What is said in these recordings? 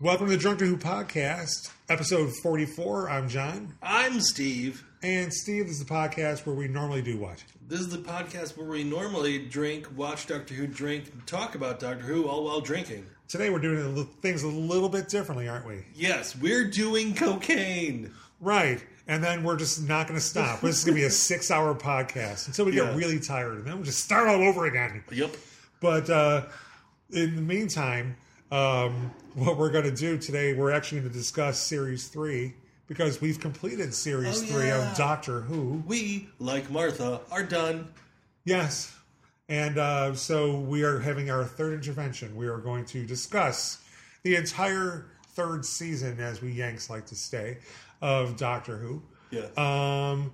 Welcome to the Drunken Who podcast, episode 44. I'm John. I'm Steve. And Steve, this is the podcast where we normally do what? This is the podcast where we normally drink, watch Doctor Who, drink, and talk about Doctor Who, all while drinking. Today we're doing a li- things a little bit differently, aren't we? Yes, we're doing cocaine. Right. And then we're just not going to stop. this is going to be a six hour podcast until we get Yeah. really tired. And then we'll just start all over again. Yep. But uh, in the meantime, um, what we're going to do today, we're actually going to discuss Series 3 because we've completed Series Oh, 3 yeah. of Doctor Who. We, like Martha, are done. Yes. And uh, so we are having our third intervention. We are going to discuss the entire third season, as we Yanks like to say, of Doctor Who. Yeah. Um,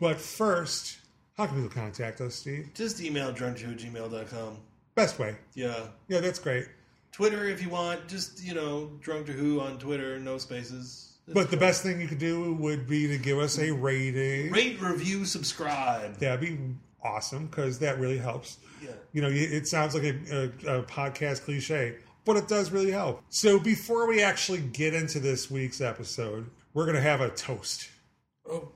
but first, how can people contact us, Steve? Just email drunktowhogmail.com. Best way. Yeah. Yeah, that's great. Twitter if you want. Just, you know, drunk to who on Twitter, no spaces. But the best thing you could do would be to give us a rating. Rate, review, subscribe. That'd be awesome because that really helps. Yeah. You know, it sounds like a, a, a podcast cliche, but it does really help. So before we actually get into this week's episode, we're gonna have a toast. Oh,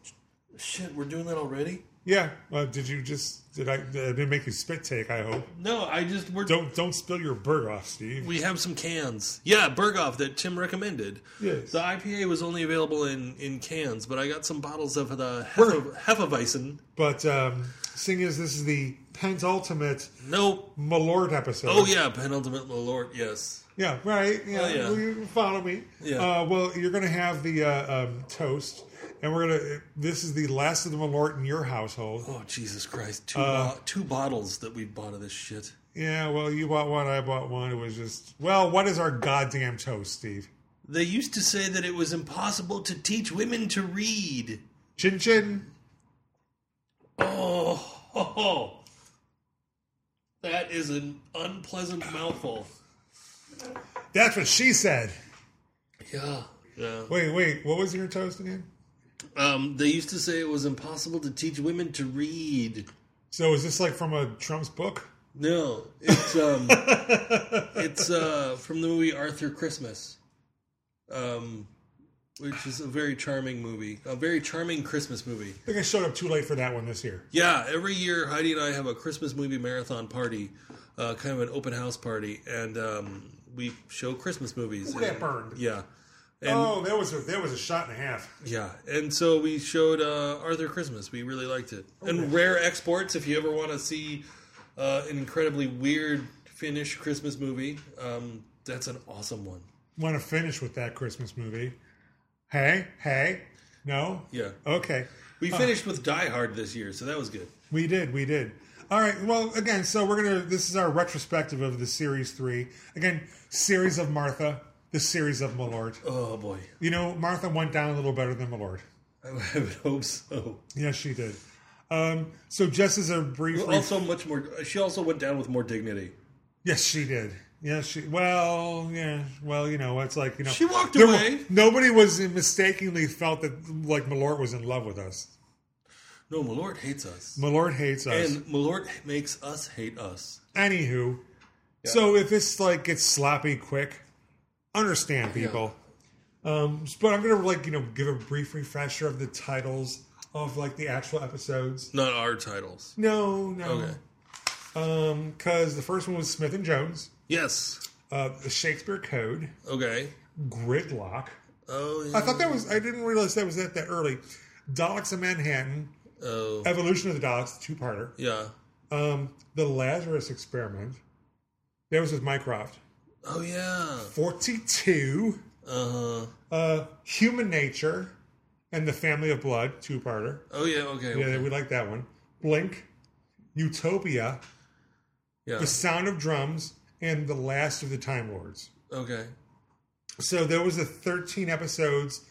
shit, we're doing that already? Yeah. Uh, did you just? Did I? I didn't make you spit take. I hope. No, I just, we're Don't don't spill your burger off, Steve. We have some cans. Yeah, Berghoff that Tim recommended. Yes. The IPA was only available in, in cans, but I got some bottles of the Where? Hefe, Hefeweizen. But um, seeing as this is the penultimate No. Malord episode. Oh, yeah, penultimate lord. yes. Yeah, right. Yeah, Oh, yeah. Well, you can follow me. Yeah. Uh, well, you're going to have the uh, um, toast, and we're going to. This is the last of the Malort in your household. Oh, Jesus Christ. Two, Uh. bo- two bottles that we bought of this shit. Yeah. Well, you bought one. I bought one. It was just. Well, what is our goddamn toast, Steve? They used to say that it was impossible to teach women to read. Chin chin. Oh, ho, ho. that is an unpleasant mouthful. That's what she said. Yeah. Yeah. Wait, wait. What was your toast again? Um, they used to say it was impossible to teach women to read. So is this like from a Trump's book? No, it's um, it's uh, from the movie Arthur Christmas, um, which is a very charming movie, a very charming Christmas movie. I think I showed up too late for that one this year. Yeah, every year Heidi and I have a Christmas movie marathon party, uh, kind of an open house party, and um, we show Christmas movies. Ooh, that And- burned. Yeah, and oh, that was a that was a shot and a half. yeah, and so we showed uh, Arthur Christmas. We really liked it. And Rare Exports, if you ever want to see uh, an incredibly weird Finnish Christmas movie, um, that's an awesome one. Want to finish with that Christmas movie? Hey, hey. No. Yeah, Okay. we finished with Die Hard this year, so that was good. We did, we did. All right. Well, again, so we're gonna. This is our retrospective of the series three. Again, series of Martha, the series of Malord. Oh boy, You know, Martha went down a little better than Malord. I would hope so. Yes, she did. Um, so just as a brief, re- Also, much more. She also went down with more dignity. yes, she did. Yes, she. Well, yeah. Well, you know, it's like you know, She walked there away. wa- nobody was mistakenly felt that like Malord was in love with us. No, Malort hates us, Malord hates us. and Malort makes us hate us. Anywho, so if this like gets sloppy quick, understand people. Um, but I'm gonna like you know give a brief refresher of the titles of like the actual episodes. Not our titles. No, no, Okay. um, because the first one was Smith and Jones, Yes. uh, the Shakespeare Code, Okay. Gridlock. Oh. I Yeah. thought that was I didn't realize that was that that early. Daleks of Manhattan, Oh. Evolution of the Daleks, two parter. Yeah. Um, the Lazarus Experiment. That was with Mycroft. Oh yeah. Forty two. Uh huh. uh, Human Nature and the Family of Blood, two parter. Oh yeah. Okay. Yeah, we like that one. Blink, Utopia, Yeah. The Sound of Drums, and The Last of the Time Lords. Okay. So there was the 13 episodes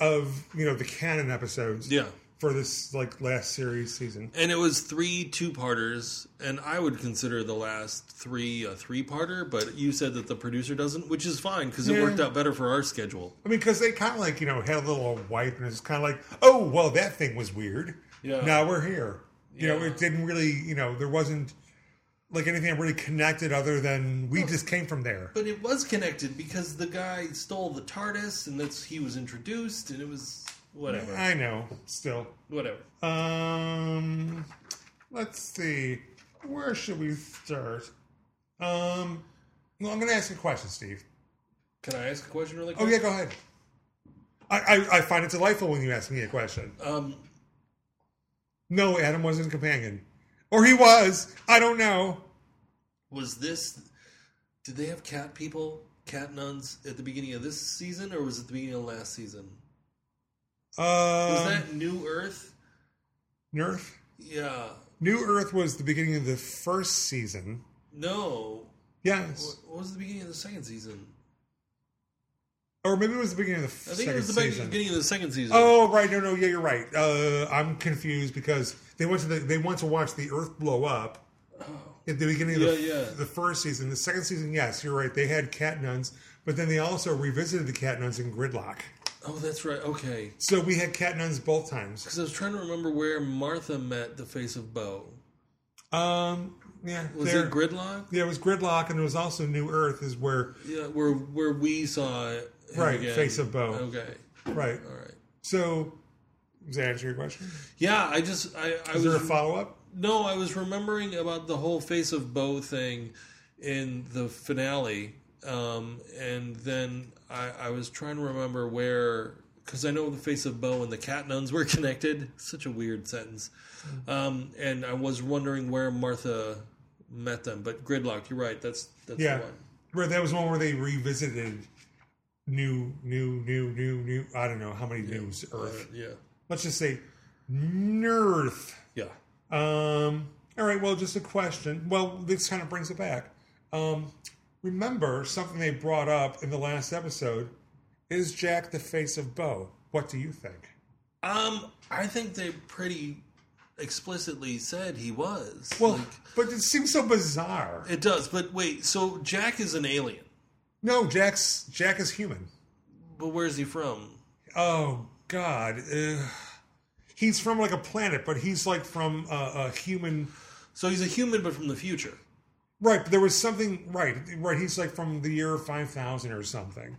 of, you know, the canon episodes Yeah. for this, like, last series season. And it was three two-parters, and I would consider the last three a three-parter, but you said that the producer doesn't, which is fine because it Yeah. worked out better for our schedule. I mean, because they kind of, like, you know, had a little wipe and it's kind of like, oh, well, that thing was weird. Yeah. Now we're here. You know, Yeah. it didn't really, you know, there wasn't like anything really connected other than we just came from there. But it was connected because the guy stole the TARDIS, and that's he was introduced, and it was whatever, I know. Still, whatever. um, let's see. Where should we start? Um, well, I'm going to ask you a question, Steve. Can I ask a question really Oh quick? yeah, go ahead. I, I, I find it delightful when you ask me a question. Um, No, Adam wasn't a companion, or he was. I don't know. was this? Did they have cat people, cat nuns at the beginning of this season, or was it the beginning of last season? Was Uh, that New Earth? Nerf. Yeah. New Earth was the beginning of the first season. No. Yes, What what was the beginning of the second season? or maybe it was the beginning of the I f- think it second was the be- season. beginning of the second season. Oh right, no, no, yeah, you're right. Uh, I'm confused because they went to the, they want to watch the Earth blow up at the beginning of the, Oh. Yeah, yeah. the first season. The second season, yes, you're right. They had cat nuns, but then they also revisited the cat nuns in Gridlock. Oh, that's right. Okay. So we had cat nuns both times. Because I was trying to remember where Martha met the face of Bo. Um, yeah, Was there- it Gridlock? Yeah, it was Gridlock, and there was also New Earth, is where Yeah, where where we saw it. him Right, again. face of Bo. Okay, right. all right. So, does that answer your question? Yeah, I just I, I Is was there a follow up? no, I was remembering about the whole face of Bo thing in the finale, um, and then I, I was trying to remember where because I know the face of Bo and the cat nuns were connected. Such a weird sentence, um, and I was wondering where Martha met them. But Gridlock, you're right. That's that's Yeah, the one. where that was one where they revisited new, new, new, new, new. I don't know how many news Earth. Uh, Yeah, Let's just say Nerth. yeah. Um, all right, well, just a question. Well, this kind of brings it back. Um, remember something they brought up in the last episode is Jack the face of Bo. What do you think? Um, I think they pretty explicitly said he was. Well, Like, but it seems so bizarre. it does. But wait, so Jack is an alien, No, Jack's Jack is human. but where's he from? Oh God, Ugh. he's from like a planet, but he's like from a, a human. So he's a human, but from the future. Right, but there was something right, right. He's like from the year five thousand or something.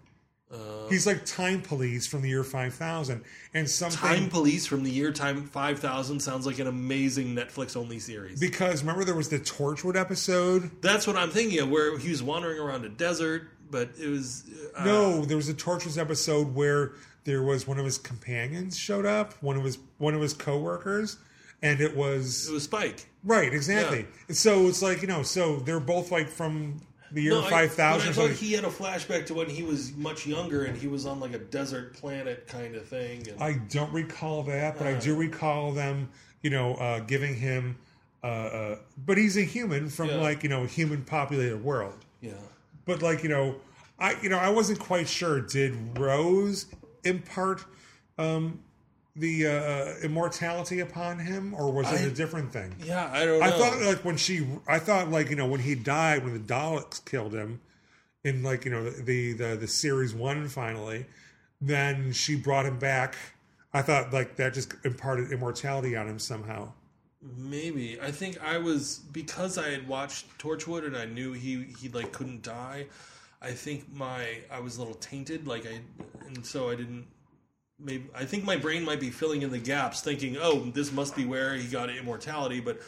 Uh, He's like time police from the year five thousand, and something Time Police from the year Time Five Thousand sounds like an amazing Netflix only series. because remember there was the Torchwood episode. That's what I'm thinking of, where he was wandering around a desert, but it was uh, No, there was a Torchwood episode where there was one of his companions showed up, one of his one of his coworkers, and it was it was Spike. Right, exactly. So it's like you know, so they're both like from the year No, I- five thousand or but I thought something. he had a flashback to when he was much younger and he was on like a desert planet kind of thing. And, I don't recall that, Uh-huh. but I do recall them, you know, uh, giving him. Uh, uh, but he's a human from Yeah. like you know a human populated world. yeah. But like you know, I you know I wasn't quite sure. Did Rose impart um, the uh, immortality upon him, or was I- it a different thing? Yeah, I don't know. I thought like when she, I thought like you know when he died when the Daleks killed him, in like you know the the the series one finally, then she brought him back. I thought like that just imparted immortality on him somehow. Maybe. I think I was because I had watched Torchwood and I knew he he like couldn't die. I think my I was a little tainted like I and so I didn't maybe I think my brain might be filling in the gaps thinking, "Oh, this must be where he got immortality," but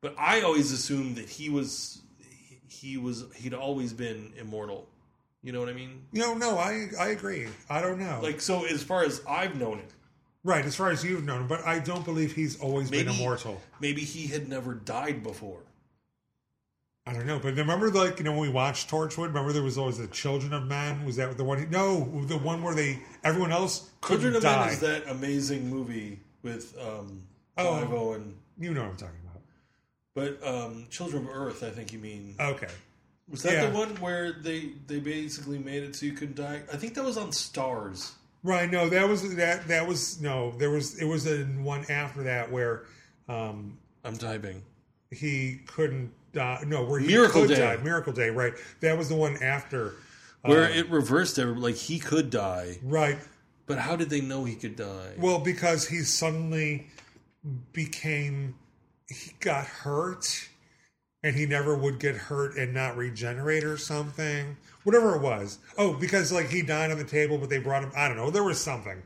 but I always assumed that he was he- he was he'd always been immortal. You know what I mean? You know, no, I I agree. I don't know. Like so as far as I've known it, right as far as you've known, but I don't believe he's always been Maybe- immortal. maybe he had never died before. I don't know, but remember, like you know, when we watched Torchwood, remember there was always the Children of Men. Was that the one? No, the one where they everyone else couldn't Children of die. Men is that amazing movie with um, Oh. Clive Owen. You know what I'm talking about. But um, Children of Earth, I think you mean. Okay, was that yeah. the one where they they basically made it so you couldn't die? I think that was on Stars. Right. No, that was that. That was no. There was it was a one after that where um I'm typing. he couldn't die. No, where he Miracle could die. Day. Miracle Day. Right. That was the one after. Where it reversed every like he could die, Right. but how did they know he could die? Well, because he suddenly became he got hurt, and he never would get hurt and not regenerate or something. Whatever it was. Oh, because like he died on the table, but they brought him. I don't know. There was something.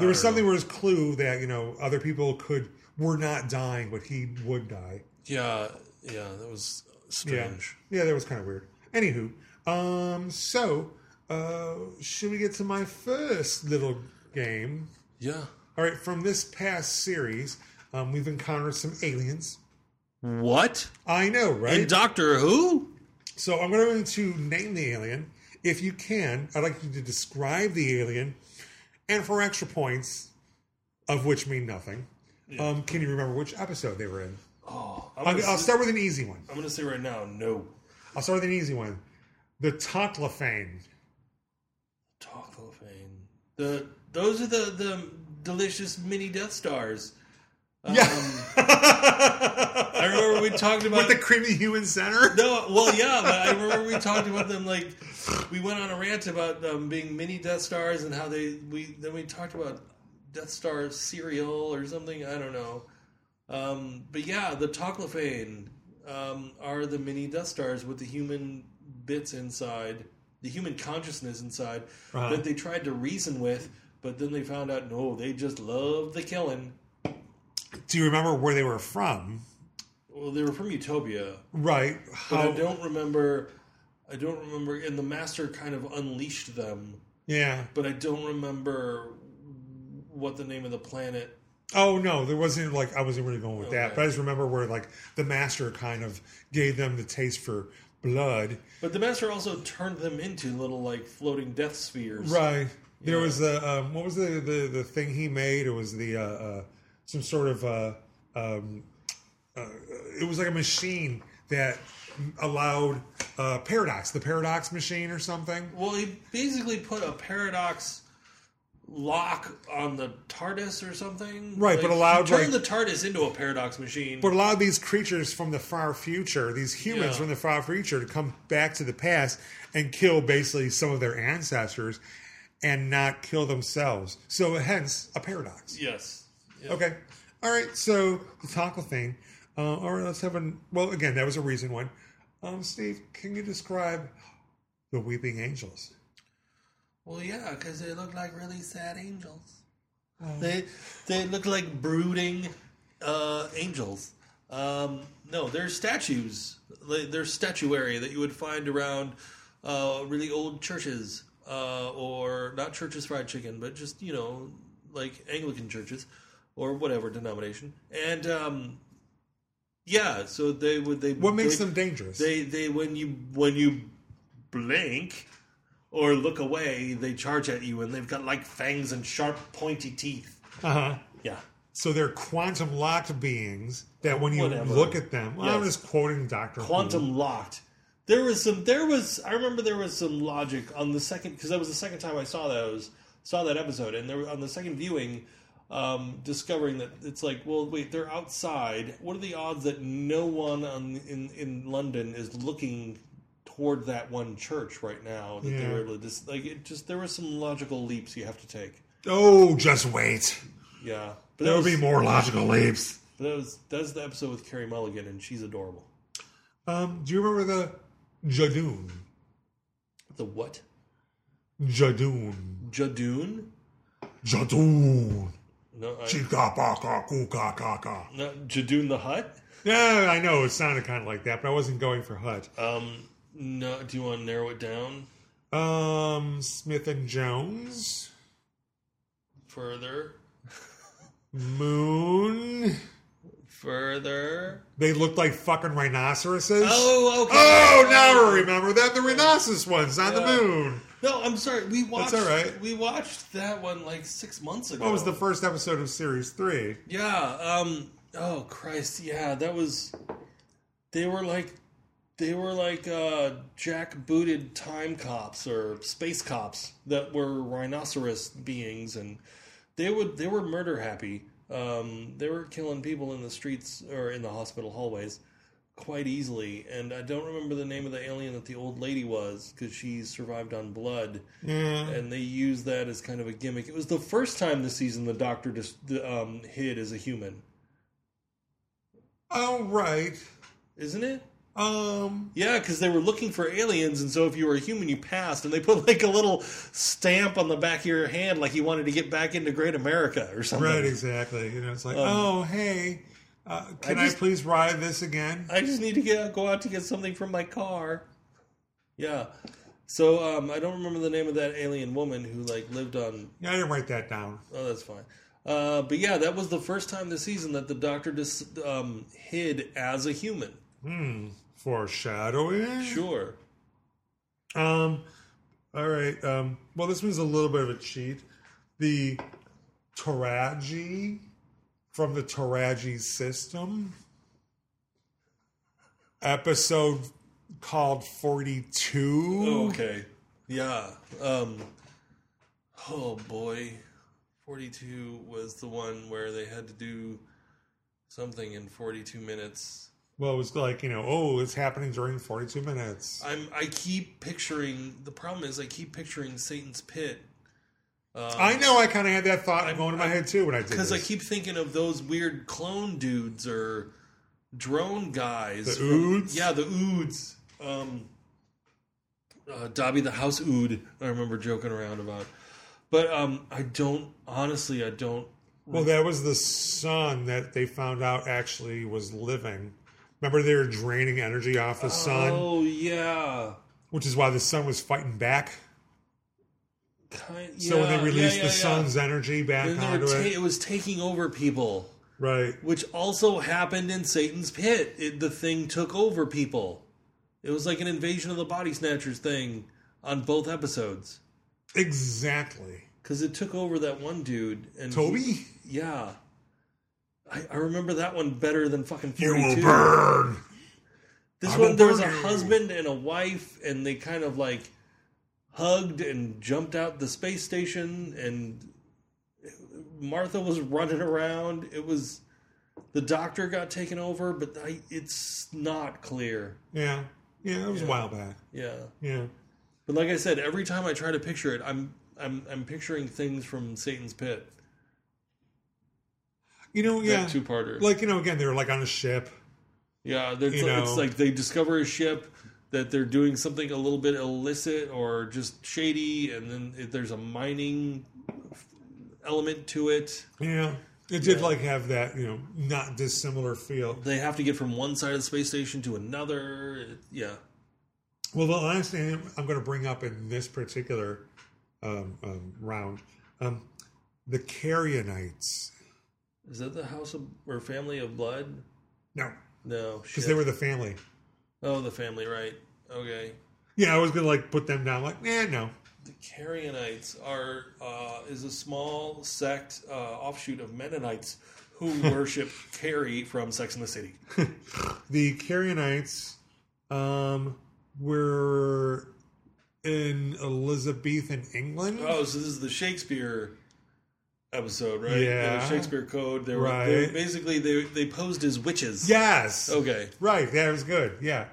There was I don't something where his clue that you know other people could were not dying, but he would die. Yeah, yeah, that was strange. Yeah, that was kind of weird. Anywho, um, so uh, should we get to my first little game? Yeah. All right, from this past series, um, we've encountered some aliens. What? I know, right? And Doctor Who? So I'm going to name the alien. If you can, I'd like you to describe the alien, and for extra points, of which mean nothing. Um, can you remember which episode they were in? Oh, I'm I'll, gonna, I'll say, start with an easy one. I'm gonna say right now, no. I'll start with an easy one. The Toclophane. Toclophane. The those are the the delicious mini Death Stars. Um, I Yeah. remember we talked with about the creamy human center. No, well, yeah, but I remember we talked about them. Like, we went on a rant about them being mini Death Stars and how they we then we talked about Death Star cereal or something. I don't know. Um, but yeah, the Toclophane um, are the mini Death Stars with the human bits inside, the human consciousness inside Uh-huh. that they tried to reason with, but then they found out no, they just love the killing. Do you remember where they were from? Well, they were from Utopia, Right. But How? I don't remember. I don't remember. And the master kind of unleashed them, yeah. but I don't remember what the name of the planet. Oh no, there wasn't like I wasn't really going with that, Okay. but I just remember where like the master kind of gave them the taste for blood. But the master also turned them into little like floating death spheres. Right. There Yeah. was the um, what was the, the the thing he made? It was the uh, uh, some sort of uh, um, uh, it was like a machine that allowed uh, paradox, the paradox machine or something. Well, he basically put a paradox lock on the TARDIS or something. Right, but he allowed, like- turned the TARDIS into a paradox machine. But allowed these creatures from the far future, these humans Yeah. from the far future, to come back to the past and kill basically some of their ancestors and not kill themselves. So, hence, a paradox. yes. Yeah. Okay. All right. So, the taco thing. Uh, all right. Let's have an. Well, again, that was a reason one. Um, Steve, can you describe the Weeping Angels? Well, yeah, because they look like really sad angels. They they look like brooding uh, angels. Um, no, they're statues. They- They're statuary that you would find around uh, really old churches, uh, or not churches fried chicken, but just you know like Anglican churches or whatever denomination. And um, yeah, so they would they What makes they- them dangerous? they they when you when you blink or look away, they charge at you, and they've got like fangs and sharp, pointy teeth. uh huh. Yeah, So they're quantum locked beings that when you Whatever. look at them, well, I'm Yes. just quoting Doctor Mm-hmm. quantum locked. There was some. There was. I remember there was some logic on the second because that was the second time I saw those saw that episode, and there on the second viewing. Um, discovering that it's like, well, wait, they're outside. What are the odds that no one on, in in London is looking toward that one church right now? That they Yeah. were able to dis- like it. Just there were some logical leaps you have to take. Oh, just wait. Yeah, but There that will was, be more logical leaps. but that was that's the episode with Carrie Mulligan, and she's adorable. Um, do you remember the Jadoon? The what? Jadoon. Jadoon? Jadoon. No, I, Chika baka kuka kaka. no, Jadoon the Hut. Yeah, I know it sounded kind of like that, but I wasn't going for Hut. Um, no, do you want to narrow it down Um, Smith and Jones. further? Moon. Further? They looked like fucking rhinoceroses. Oh, okay. Oh, now I remember that the rhinoceros ones on Yeah. the moon. No, I'm sorry. We watched. all right. We watched that one like six months ago. What was the first episode of series three? Yeah. Um. Oh Christ. Yeah. That was. They were like, they were like uh, jack booted time cops or space cops that were rhinoceros beings, and they would they were murder happy. Um, they were killing people in the streets or in the hospital hallways quite easily. And I don't remember the name of the alien that the old lady was because she survived on blood Yeah. and they used that as kind of a gimmick. It was the first time this season the Doctor just the, um, hid as a human, Oh, right. isn't it? Um, Yeah, because they were looking for aliens, and so if you were a human, you passed, and they put like a little stamp on the back of your hand, like you wanted to get back into Great America or something. right, exactly. You know, it's like, Um, oh, hey, uh, can I I, just- please ride this again? I just need to get go out to get something from my car. Yeah. So um, I don't remember the name of that alien woman who like lived on. Yeah, I didn't write that down. Oh, that's fine. Uh, but yeah, that was the first time this season that the Doctor just um, hid as a human. Hmm, foreshadowing. Sure. Um, all right. Um, well, this one's a little bit of a cheat. The Taraji from the Taraji system episode called 42. Oh, okay. Yeah. Um, oh boy, forty-two was the one where they had to do something in forty-two minutes. Well, it was like, you know, oh, it's happening during 42 minutes. I'm. I keep picturing. The problem is, I keep picturing Satan's Pit. Um, I know I kind of had that thought I'm- going in my I'm- head too when I did because I this. keep thinking of those weird clone dudes or drone guys. The from- Oods? yeah, the oods. Um, uh, Dobby the house ood. I remember joking around about, but um, I don't honestly. I don't. well, that was the sun that they found out actually was living. Remember, they were draining energy off the sun, Oh yeah. which is why the sun was fighting back. Kind, So when yeah, they released yeah, the yeah, sun's energy yeah. back And they were onto ta- it, it was taking over people, right? which also happened in Satan's pit. It, the thing took over people. It was like an invasion of the body snatchers thing on both episodes. Exactly. Because it took over that one dude and he- Toby, yeah, I, I remember that one better than fucking you forty will two. burn. This I will one there was a burn you. husband and a wife, and they kind of like hugged and jumped out the space station, and Martha was running around. It was the doctor got taken over, but I, it's not clear. Yeah, yeah, it was a while back. Yeah, Yeah, but like I said, every time I try to picture it, I'm I'm I'm picturing things from Satan's Pit. you know, yeah, That two parter. like you know, again, they were like on a ship. Yeah, they're- it's, You like, it's know. like they discover a ship that they're doing something a little bit illicit or just shady, and then it, there's a mining element to it. Yeah, it did Yeah. like have that you know not dissimilar feel. They have to get from one side of the space station to another. It- yeah, Well, the last thing I'm going to bring up in this particular um, um, round, um, the Carrionites. is that the house of, or family of blood? No, No, shit. because they were the family. oh the family, right? Okay, Yeah, I was going to like put them down. Like, nah, no. the Carianites are uh, is a small sect uh, offshoot of Mennonites who worship Carrie from Sex and the City. the Carianites um, were in Elizabethan England. Oh, so this is the Shakespeare episode, right? Yeah. The Shakespeare Code. They were, they were- Right. basically they they posed as witches. Yes. Okay. Right. That was good. Yeah.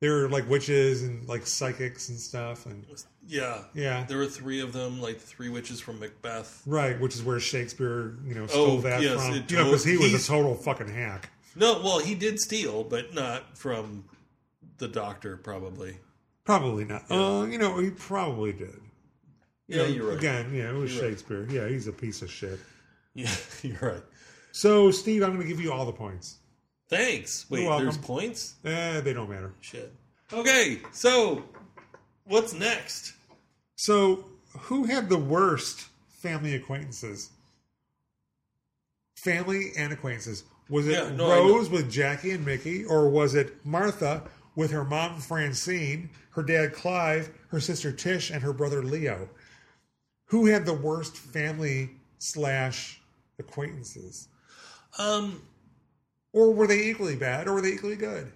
They were like witches and like psychics and stuff. And Yeah. yeah. There were three of them, like the three witches from Macbeth. Right. Which is where Shakespeare, you know, Oh, stole that yes, from. it You know, because he was he's- a total fucking hack. No, well, he did steal, but not from the doctor, probably. Probably not. Uh, you know, he probably did. You Yeah, know, you're right. Again, yeah, it was You're right. Shakespeare. Yeah, he's a piece of shit. Yeah, you're right. So, Steve, I'm going to give you all the points. Thanks. Wait, You're welcome. there's points? Eh, they don't matter. Shit. Okay, so what's next? So, who had the worst family acquaintances? Family and acquaintances. Was it Yeah, no, I know. Rose with Jackie and Mickey, or was it Martha with her mom Francine, her dad Clive, her sister Tish, and her brother Leo? Who had the worst family slash acquaintances? Um, Or were they equally bad, or were they equally good?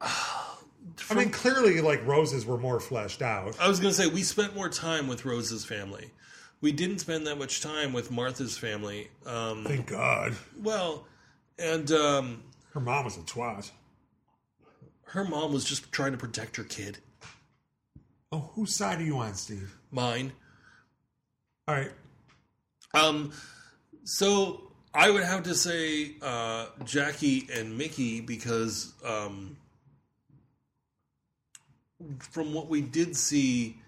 I mean, clearly, like roses were more fleshed out. I was going to say we spent more time with Rose's family. We didn't spend that much time with Martha's family. Um, Thank God. well, and um, Her mom was a twat. her mom was just trying to protect her kid. Oh, whose side are you on, Steve? Mine. All right. Um, so I would have to say uh, Jackie and Mickey because um, from what we did see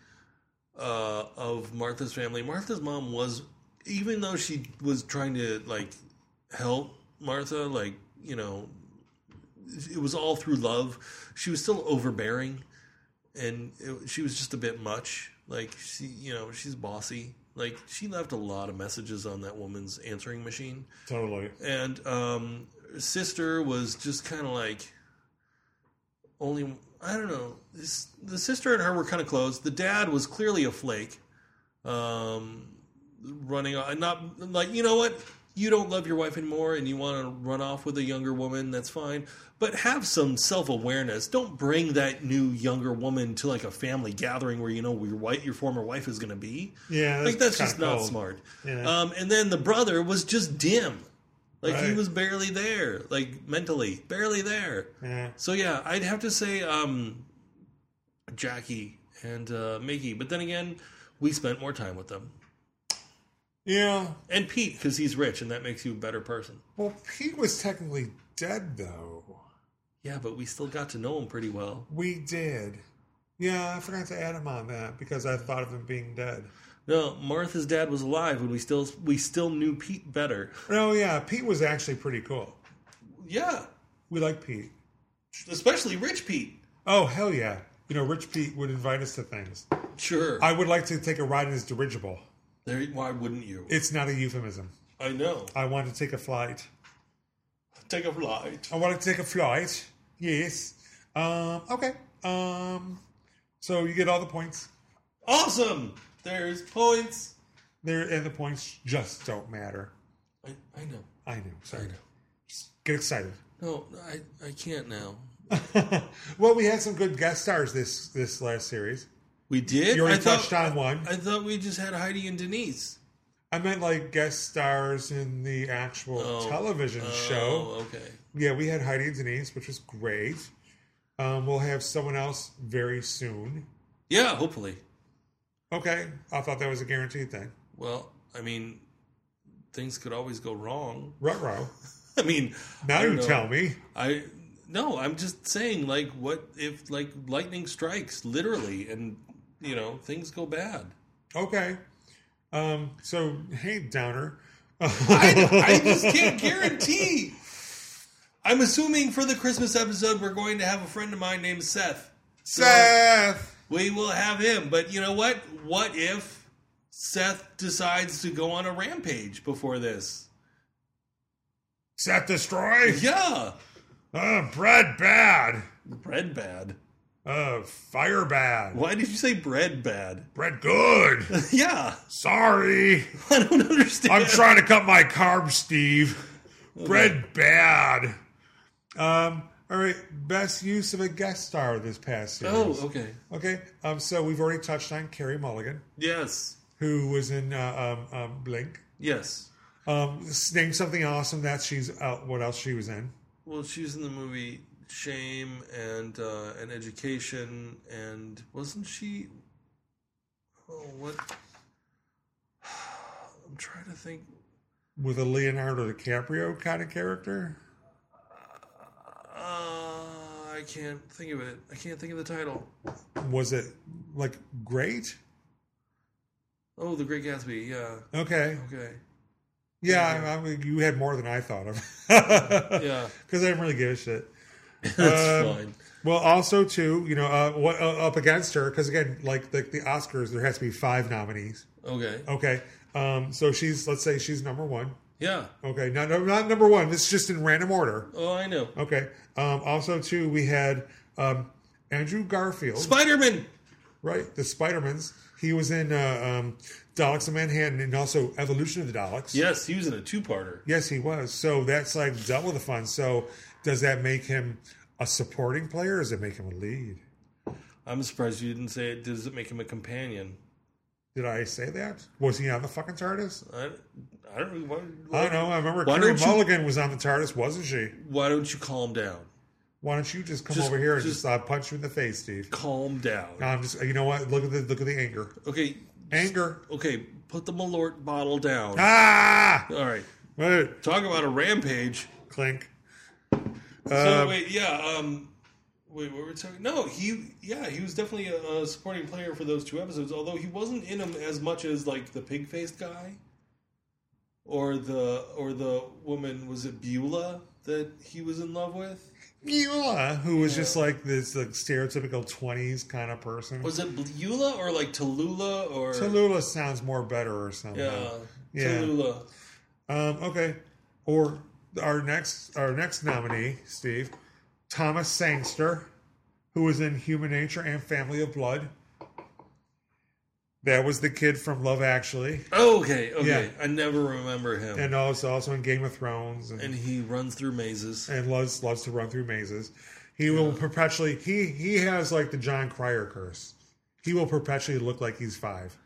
uh, of Martha's family, Martha's mom was even though she was trying to like help Martha, like you know, it was all through love. She was still overbearing, and it, she was just a bit much. Like she, you know, she's bossy. Like she left a lot of messages on that woman's answering machine, Totally. and um, her sister was just kind of like only. I don't know. This, the sister and her were kind of close. The dad was clearly a flake, um, running on not like you know what you don't love your wife anymore and you want to run off with a younger woman. That's fine, but have some self awareness. Don't bring that new younger woman to like a family gathering where you know your wife, your former wife, is going to be. Yeah, like that's just kinda not cold. smart. Yeah. Um, and then the brother was just dim, like he Right. was barely there, like mentally barely there. Yeah. So yeah, I'd have to say um, Jackie and uh, Mickey, but then again, we spent more time with them Yeah. and Pete because he's rich and that makes you a better person. Well, Pete was technically dead though. Yeah, but we still got to know him pretty well. We did. Yeah, I forgot to add him on that because I thought of him being dead. No, Martha's dad was alive when we still we still knew Pete better. Oh yeah, Pete was actually pretty cool. Yeah, We like Pete. especially rich Pete. Oh hell yeah! You know, Rich Pete would invite us to things. Sure. I would like to take a ride in his dirigible. there, why wouldn't you? It's not a euphemism. I know. I want to take a flight. Take a flight. I want to take a flight. Yes. Um, okay. Um, so you get all the points Awesome. There's points. there, and the points just don't matter. I, I know. I know. Sorry. know. Get excited. No, I, I can't now. well, we had some good guest stars this this last series. We did. You already I touched thought, on one. I thought we just had Heidi and Denise. I meant like guest stars in the actual Oh. television show. Oh, okay. Yeah, we had Heidi and Denise, which was great. Um, we'll have someone else very soon. Yeah, hopefully. Okay, I thought that was a guaranteed thing. Well, I mean, things could always go wrong. Ruh-roh. I mean, Now I don't you know. tell me. I no, I'm just saying, like, what if like lightning strikes literally, and you know things go bad. Okay. Um, so hey, Downer. I just can't guarantee. I'm assuming for the Christmas episode, we're going to have a friend of mine named Seth. So Seth. we will have him. But you know what? What if Seth decides to go on a rampage before this? Seth destroy. Yeah, Uh, bread bad. bread bad. Uh, fire bad. Why did you say bread bad? Bread good. yeah, Sorry. I don't understand. I'm trying to cut my carbs, Steve. Bread bad. Um, all right. Best use of a guest star this past series. Oh, okay. Okay. Um, so we've already touched on Carrie Mulligan, Yes. who was in uh, um, um, Blink. Yes. Um, s- name something awesome that she's uh, what else she was in. Well, she was in the movie Shame and uh, and Education, and wasn't she? Oh, what? I'm trying to think. with a Leonardo DiCaprio kind of character. Uh, I can't think of it. I can't think of the title. Was it like great? Oh, The Great Gatsby. Yeah. Okay, Okay. yeah, I, I mean, you had more than I thought of because Yeah. I didn't really give a shit. That's Um, fine. Well, also too, you know, uh, what uh, up against her? Because again, like the, the Oscars, there has to be five nominees. Okay. Okay, um, so she's let's say she's number one. Yeah. Okay, not no, not number one. This is just in random order. Oh, I know. Okay. Um, also too, we had um, Andrew Garfield. Spider-Man. Right, the Spidermans. He was in uh, um, Daleks of Manhattan and also Evolution of the Daleks. Yes, he was in a two-parter. Yes, he was. So that's like double the fun. So does that make him a supporting player or does it make him a lead? I'm surprised you didn't say it. Does it make him a companion? Did I say that? Was he on the fucking TARDIS? I, I don't know. Why, I don't know. I remember Why Carrie don't you- Mulligan was on the TARDIS, wasn't she? why don't you calm down? Why don't you just come Just- over here and just- just, uh, punch you in the face, Steve? Calm down. No, I'm just. You know what? Look at the look at the anger. Okay, Anger. okay. Put the Malort bottle down. Ah! All right. Right. Talk about a rampage. Clink. So Um, wait, yeah. Um, wait, what were we talking? No, he, yeah, he was definitely a, a supporting player for those two episodes. Although he wasn't in them as much as like the pig faced guy, or the or the woman was it Beulah that he was in love with? Beulah, who was just like this like stereotypical 20s kind of person. Was it Beulah or like Tallulah or Tallulah sounds more better or something. yeah, Yeah. Tallulah? Um, okay. Or our next our next nominee, Steve, Thomas Sangster, who was in Human Nature and Family of Blood. That was the kid from Love Actually, Oh, okay, okay. Yeah. I never remember him. And, and also also in Game of Thrones, and, and, he runs through mazes. loves loves to run through mazes. He will perpetually he he has like the John Cryer curse. He will perpetually look like he's five.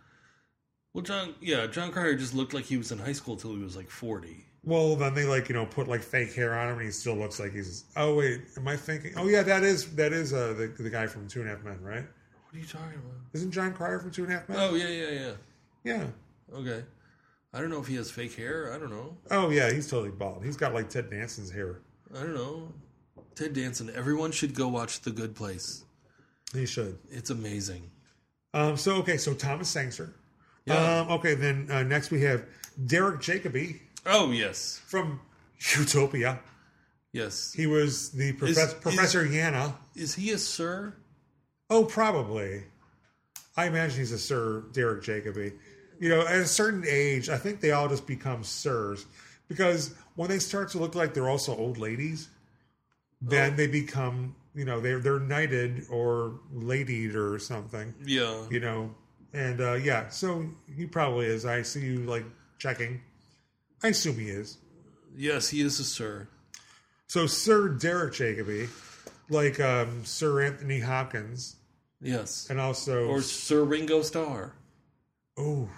Well, John, yeah, John Cryer just looked like he was in high school till he was like forty. Well, then they like you know put like fake hair on him, and he still looks like he's. Oh wait, am I thinking? Oh yeah, that is that is uh, the the guy from Two and a Half Men, right? What are you talking about? Isn't John Cryer from Two and a Half Men? Oh yeah, yeah, yeah. Yeah. Okay. I don't know if he has fake hair. I don't know. Oh yeah, he's totally bald. He's got like Ted Danson's hair. I don't know. Ted Danson. Everyone should go watch The Good Place. He should. It's amazing. Um. So okay, so Thomas Sangster. Yeah. Um. Okay, then uh, next we have Derek Jacobi Oh yes, from Utopia. yes. He was the professor is- Professor Yana. Is he a sir? Oh, probably. I imagine he's a Sir Derek Jacobi. You know, at a certain age, I think they all just become sirs because when they start to look like they're also old ladies, then they become, you know, they're they're knighted or ladied or something, Yeah. you know. And uh, yeah, so he probably is. I see you like checking. I assume he is. Yes, he is a sir. So Sir Derek Jacobi, like um, Sir Anthony Hopkins, Yes. and also Or Sir Ringo Starr. oh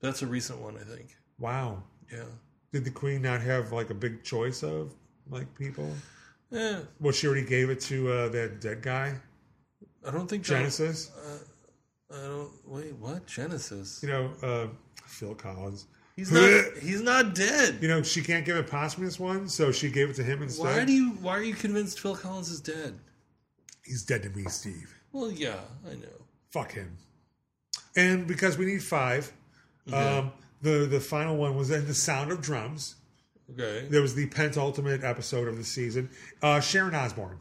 That's a recent one, I think. wow, Yeah. did the queen not have like a big choice of like people? Eh, Well, she already gave it to uh, that dead guy, I don't think that- Genesis. I don't. Wait, what? Genesis? You know, uh, Phil Collins. He's not. He's not dead. You know, she can't give a posthumous one, so she gave it to him instead. Why do you? Why are you convinced Phil Collins is dead? He's dead to me, Steve. Well, yeah, I know. Fuck him. And because we need five, um, the the final one was in the Sound of Drums. Okay. That was the penultimate episode of the season. Uh, Sharon Osbourne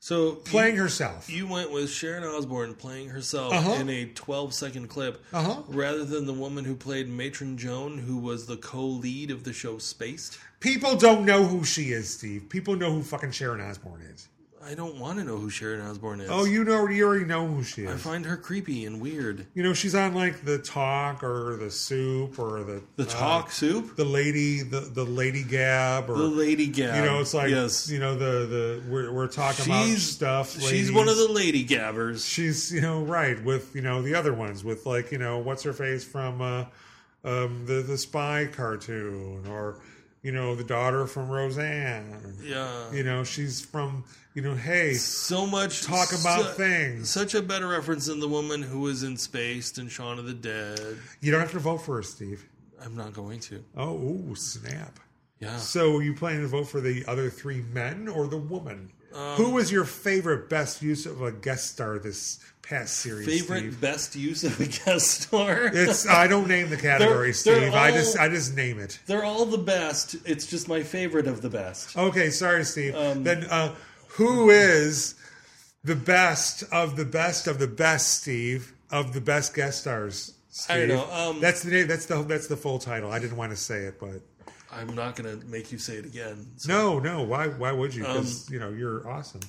So playing herself. You went with Sharon Osbourne playing herself Uh-huh. in a 12 second clip Uh-huh. rather than the woman who played Matron Joan, who was the co lead of the show Spaced. People don't know who she is, Steve. People know who fucking Sharon Osbourne is. I don't want to know who Sharon Osbourne is. Oh, you know, you already know who she I is. find her creepy and weird. You know, she's on like the talk or the soup or the The uh, talk soup? the lady, the the lady gab, or The lady gab. you know, it's like yes. you know the the we're, we're talking about She's- stuff. ladies. She's one of the lady gabbers. She's you know right with you know the other ones with like you know what's her face from uh, um, the the spy cartoon or you know the daughter from Roseanne. Yeah. You know she's from you know hey So much talk about su- things. Such a better reference than the woman who was in Spaced and Shaun of the Dead. You don't have to vote for her, Steve. I'm not going to. Oh ooh, snap. Yeah. So are you planning to vote for the other three men or the woman? Um, Who was your favorite best use of a guest star this past series? Favorite Steve? best use of a guest star? It's I don't name the category, They're- Steve. they're I just all- I just name it. They're all the best. It's just my favorite of the best. Okay, sorry, Steve. Um, then uh, who is the best of the best of the best, Steve, of the best guest stars? Steve? I don't know, um, that's the name. That's the that's the full title. I didn't want to say it, but I'm not gonna make you say it again. So no, no. Why why would you? Um, Because you know you're awesome.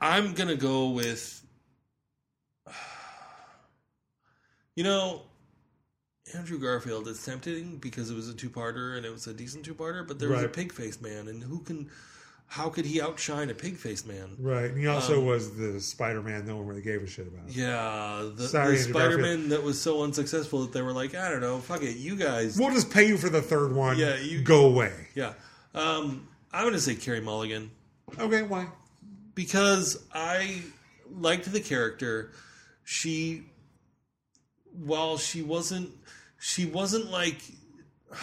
I'm gonna go with. You know, Andrew Garfield. It's tempting because it was a two-parter and it was a decent two-parter, but there was a Right. pig-faced man, and who can? How could he outshine a pig-faced man? Right. And he also was the Spider Man no one really gave a shit about. Um, Yeah, the, Sorry, the Andrew Spider-Man that was so unsuccessful that they were like, I don't know, fuck it, you guys. We'll just pay you for the third one. Yeah, you- go away. Yeah, um, I'm gonna say Carrie Mulligan. Okay, why? because I liked the character. She, while she wasn't, she wasn't like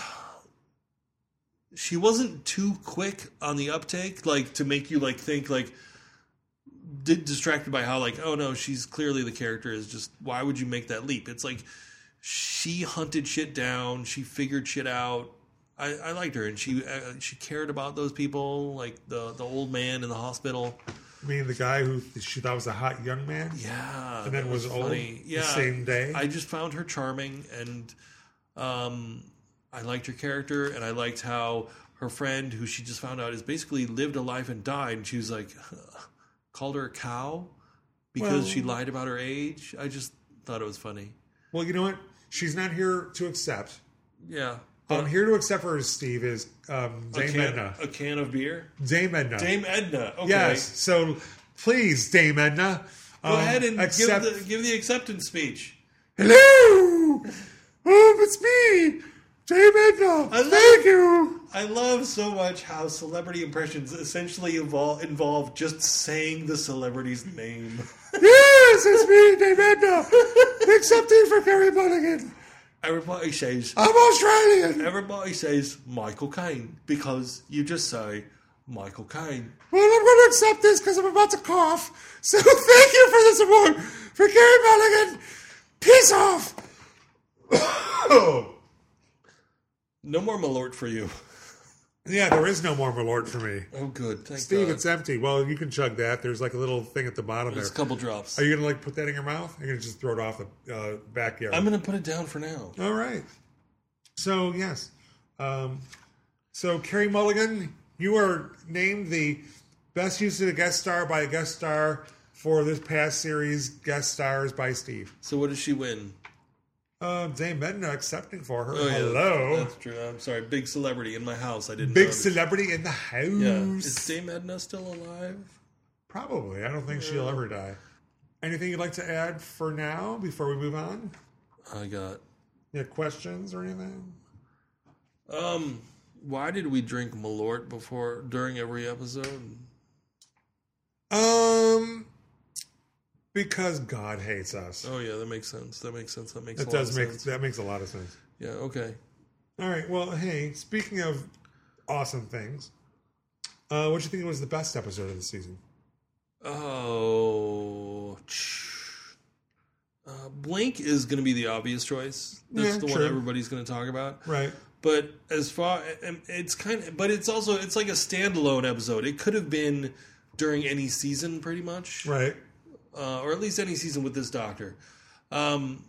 she wasn't too quick on the uptake, like to make you like think like did distracted by how like oh no she's clearly the character is just why would you make that leap? It's like she hunted shit down, she figured shit out. I, I liked her and she uh, she cared about those people like the the old man in the hospital. I mean, the guy who she thought was a hot young man, Yeah, and then that was, old funny. the same day. I just found her charming, and um, I liked her character, and I liked how her friend, who she just found out is basically lived a life and died, and she was like, called her a cow because Well- she lied about her age. I just thought it was funny. well, you know what? She's not here to accept. Yeah, I'm here to accept for her, Steve, is um, Oh, a, Dame can, Edna. a can of beer. Dame Edna. Dame Edna. Okay. Yes. So please, Dame Edna. um, Go ahead and accept. give the give the acceptance speech. Hello! Oh, it's me, Dame Edna. I love- Thank you. I love so much how celebrity impressions essentially involve, involve just saying the celebrity's name. Yes, it's me, Dame Edna. Accepting for Carrie Mulligan. Everybody says, I'm Australian. everybody says Michael Caine because you just say Michael Caine. Well, I'm going to accept this because I'm about to cough. So thank you for this award for Carrie Mulligan. Peace off. No more Malort for you. Yeah, there is no more Malort for me. Oh, good. Thank Steve, God. it's empty. Well, you can chug that. There's like a little thing at the bottom there. It's a couple drops. Are you gonna like put that in your mouth? You're gonna just throw it off the uh, backyard. I'm going to put it down for now. All right. So yes, um, so Carrie Mulligan, you are named the best use of a guest star by a guest star for this past series. Guest stars by Steve. So, what does she win? Uh, Dame Edna accepting for her. Oh, yeah, Hello, That's true. I'm sorry. Big celebrity in my house. I didn't big notice. celebrity in the Yeah. house. Is Dame Edna still alive? Probably. I don't think she'll ever die. Anything you'd like to add for now before we move on? I got. You have questions or anything? Um, why did we drink Malort before during every episode? Um, because God hates us. Oh yeah, that makes sense. That makes sense. That makes That a does lot make of sense. that makes a lot of sense. Yeah. Okay. All right. Well, hey, speaking of awesome things, uh, what do you think was the best episode of the season? Oh. tch. Uh, Blink is going to be the obvious choice. That's Yeah, the true. one everybody's going to talk about. Right. But as far um, it's kind of, but it's also it's like a standalone episode. It could have been during any season, pretty much. Right. uh, or at least any season with this doctor. Um,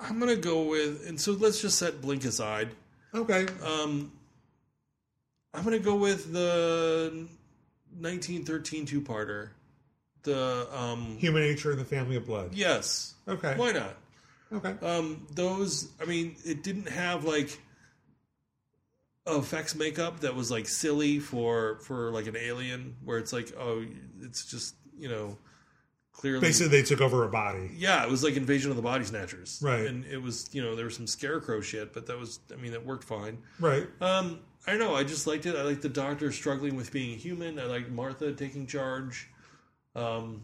I'm gonna go with, and so let's just set Blink aside. Okay. Um, I'm gonna go with the 1913 two-parter. The um, Human nature and the family of blood. yes, Okay. why not? Okay. Um, those, I mean, it didn't have like effects makeup that was like silly for for like an alien, where it's like, oh, it's just you know clearly Basically, they took over a body. Yeah, it was like Invasion of the Body Snatchers. Right. And it was, you know, there was some scarecrow shit, but that was, I mean, that worked fine. Right. Um, I don't know. I just liked it. I liked the doctor struggling with being human. I liked Martha taking charge. Um,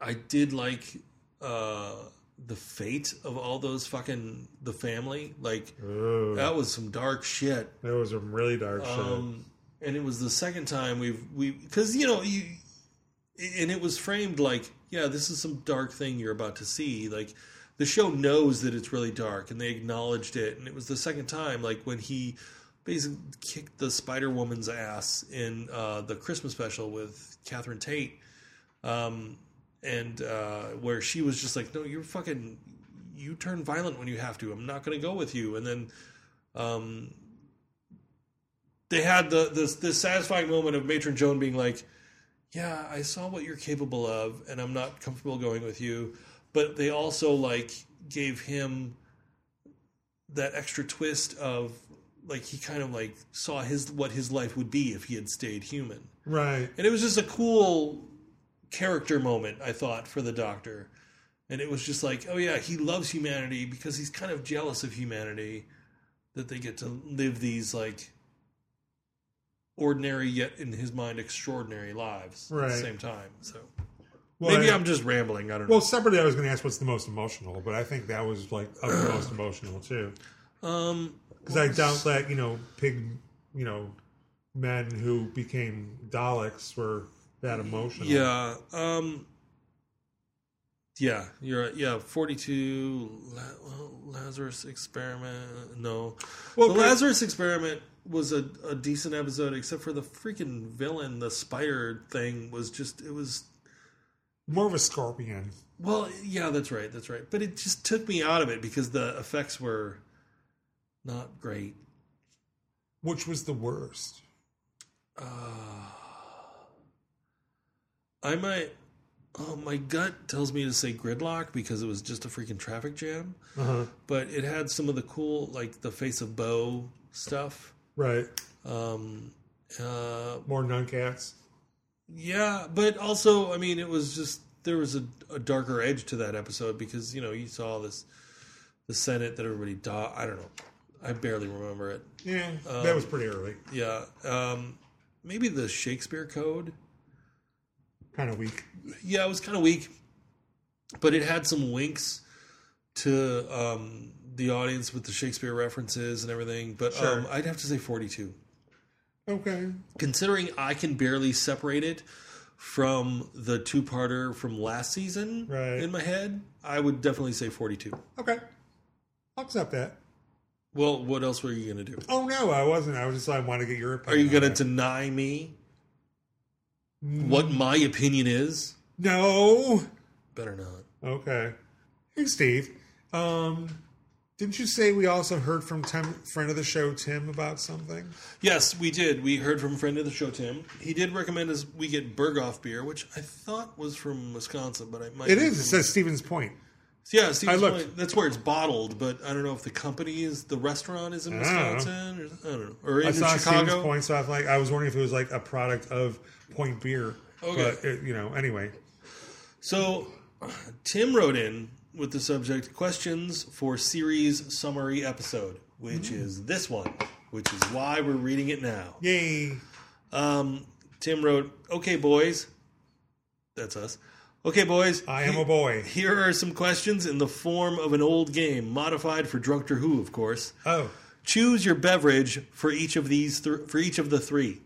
I did like uh, the fate of all those fucking, the family. Like, Ooh, that that was some dark shit. was some really dark Um, and it was the second time we've we because you know you, and it was framed like yeah this is some dark thing you're about to see like the show knows that it's really dark and they acknowledged it and it was the second time like when he basically kicked the Spider Woman's ass in uh, the Christmas special with Catherine Tate, um, and uh, where she was just like no you're fucking you turn violent when you have to I'm not gonna go with you and then. Um, they had the this this satisfying moment of Matron Joan being like, "Yeah, I saw what you're capable of, and I'm not comfortable going with you." But they also like gave him that extra twist of like he kind of like saw his what his life would be if he had stayed human, shit. Right. and it was just a cool character moment I thought for the Doctor, and it was just like, oh yeah, he loves humanity because he's kind of jealous of humanity that they get to live these like ordinary yet in his mind extraordinary lives at the Right. same time. So Well, maybe I- I'm just rambling. I don't Well, separately, I was going to ask what's the most emotional, but I think that was like of the most emotional too. know. Um, because I doubt that you know pig you know men who became Daleks were that emotional. Yeah. Um. Yeah, you're right. Yeah, 42 La- well, Lazarus Experiment. No. Well, the but- Lazarus Experiment was a, a decent episode, except for the freaking villain, the spider thing was just, it was, more of a scorpion. well, yeah, that's right. That's right. But it just took me out of it because the effects were not great. Which was the worst? Uh, I might. Oh, my gut tells me to say gridlock because it was just a freaking traffic jam. Uh-huh. But it had some of the cool, like the face of Bo stuff. Right. Um, uh, More nun cats. yeah, but also, I mean, it was just there was a, a darker edge to that episode because you know you saw this the Senate that everybody died. I don't know. I barely remember it. Yeah, that Um, was pretty early. Yeah. Um, maybe the Shakespeare Code. Kind of weak. yeah, it was kind of weak, but it had some winks to um, the audience with the Shakespeare references and everything. But Sure. um, I'd have to say 42, Okay. considering I can barely separate it from the two-parter from last season Right. in my head. I would definitely say 42. Okay. I'll accept that. Well, what else were you gonna do? Oh no, I wasn't. I was just I want to get your Are opinion. you on gonna that. deny me what my opinion is? No. Better not. Okay. Hey Steve. Um didn't you say we also heard from Tim friend of the show Tim about something? Yes, we did. We heard from a friend of the show, Tim. He did recommend us we get Berghoff beer, which I thought was from Wisconsin, but I might. It be is. It from- says Stevens Point. yeah, Steve's I looked. Point. That's where it's bottled, but I don't know if the company is the restaurant is in don't know. Wisconsin or I don't know or I in saw Stevens Chicago. Point, so I was like I was wondering if it was like a product of Point Beer. Okay. But it, you know, anyway. So Tim wrote in with the subject questions for series summary episode, which Mm. is this one, which is why we're reading it now. Yay. Um, Tim wrote, "Okay, boys, that's us. Okay, boys, I am a boy. Here are some questions in the form of an old game, modified for Doctor Who, of course. Oh. Choose your beverage for each of these thr for each of the three.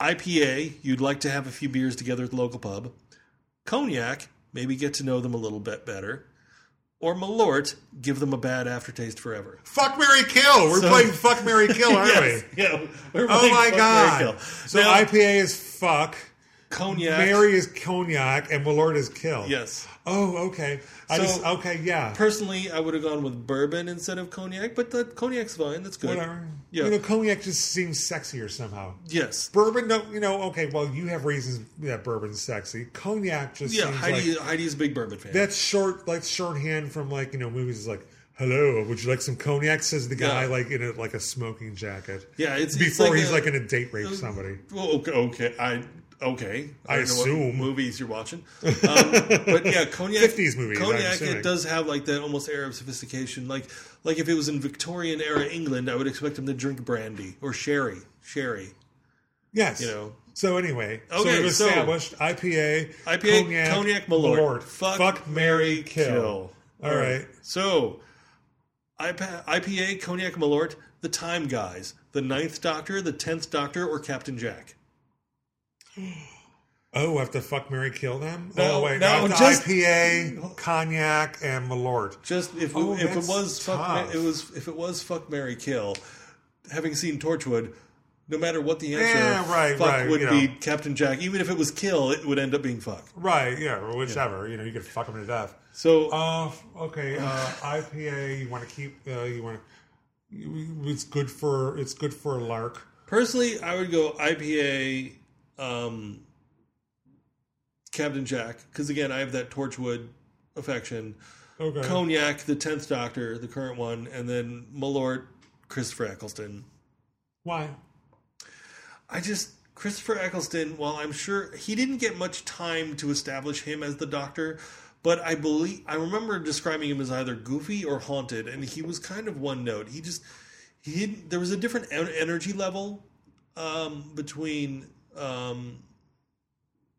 IPA, you'd like to have a few beers together at the local pub. Cognac, maybe get to know them a little bit better. Or Malort, give them a bad aftertaste forever. Fuck Mary Kill. We're So- playing Fuck Mary Kill, aren't we? yeah. we're Oh playing my Fuck, Marry, god. Kill. So Now, IPA is fuck. cognac. Mary is cognac and Malort is kill. Yes. Oh, okay. I So- just okay, yeah. Personally, I would have gone with bourbon instead of cognac, but the cognac's fine. That's good. Whatever. Yeah. You know, cognac just seems sexier somehow. Yes. Bourbon, no, you know, okay. Well, you have reasons that bourbon's sexy. Cognac just Yeah, seems Heidi, like Heidi's a big bourbon fan. that's short, like shorthand from like you know movies is like, "Hello, would you like some cognac?" Says the guy Yeah. like in a like a smoking jacket. yeah, it's it's Before he's a- like in a date rape somebody. Well, okay, okay, I okay. I don't know what assume. movies you're watching, um, but yeah, cognac 50s movies, I'm Cognac assuming. it does have like that almost Arab sophistication. Like like if it was in Victorian era England, I would expect him to drink brandy or sherry. Sherry, Yes. you know. So anyway, so Okay, we've so- established IPA, IPA, cognac, cognac, Malort. Fuck, Mary, kill. All right. So, IPA, IPA, cognac, Malort, the Time Guys, the Ninth Doctor, the Tenth Doctor, or Captain Jack. Oh, I have to fuck Mary kill them. No, oh wait, no, I have to just- IPA, cognac, and Malort. Just if Oh, if it that's was fuck, Ma- tough. it was if it was fuck Mary Kill. Having seen Torchwood, no matter what the answer, Yeah, right, fuck right, would you be know. Captain Jack. Even if it was kill, it would end up being fuck. Right, yeah, or whichever. You know, you could fuck them to death. So Uh, okay, uh, IPA. You want to keep? Uh, you want to? It's good for. It's good for a lark. personally, I would go IPA, um, Captain Jack, because again, I have that Torchwood affection. Okay. Cognac, the Tenth Doctor, the current one, and then Malort, Christopher Eccleston. Why? I just Christopher Eccleston. While I'm sure he didn't get much time to establish him as the Doctor, but I believe I remember describing him as either goofy or haunted, and he was kind of one note. He just he didn't. There was a different en- energy level um, between um,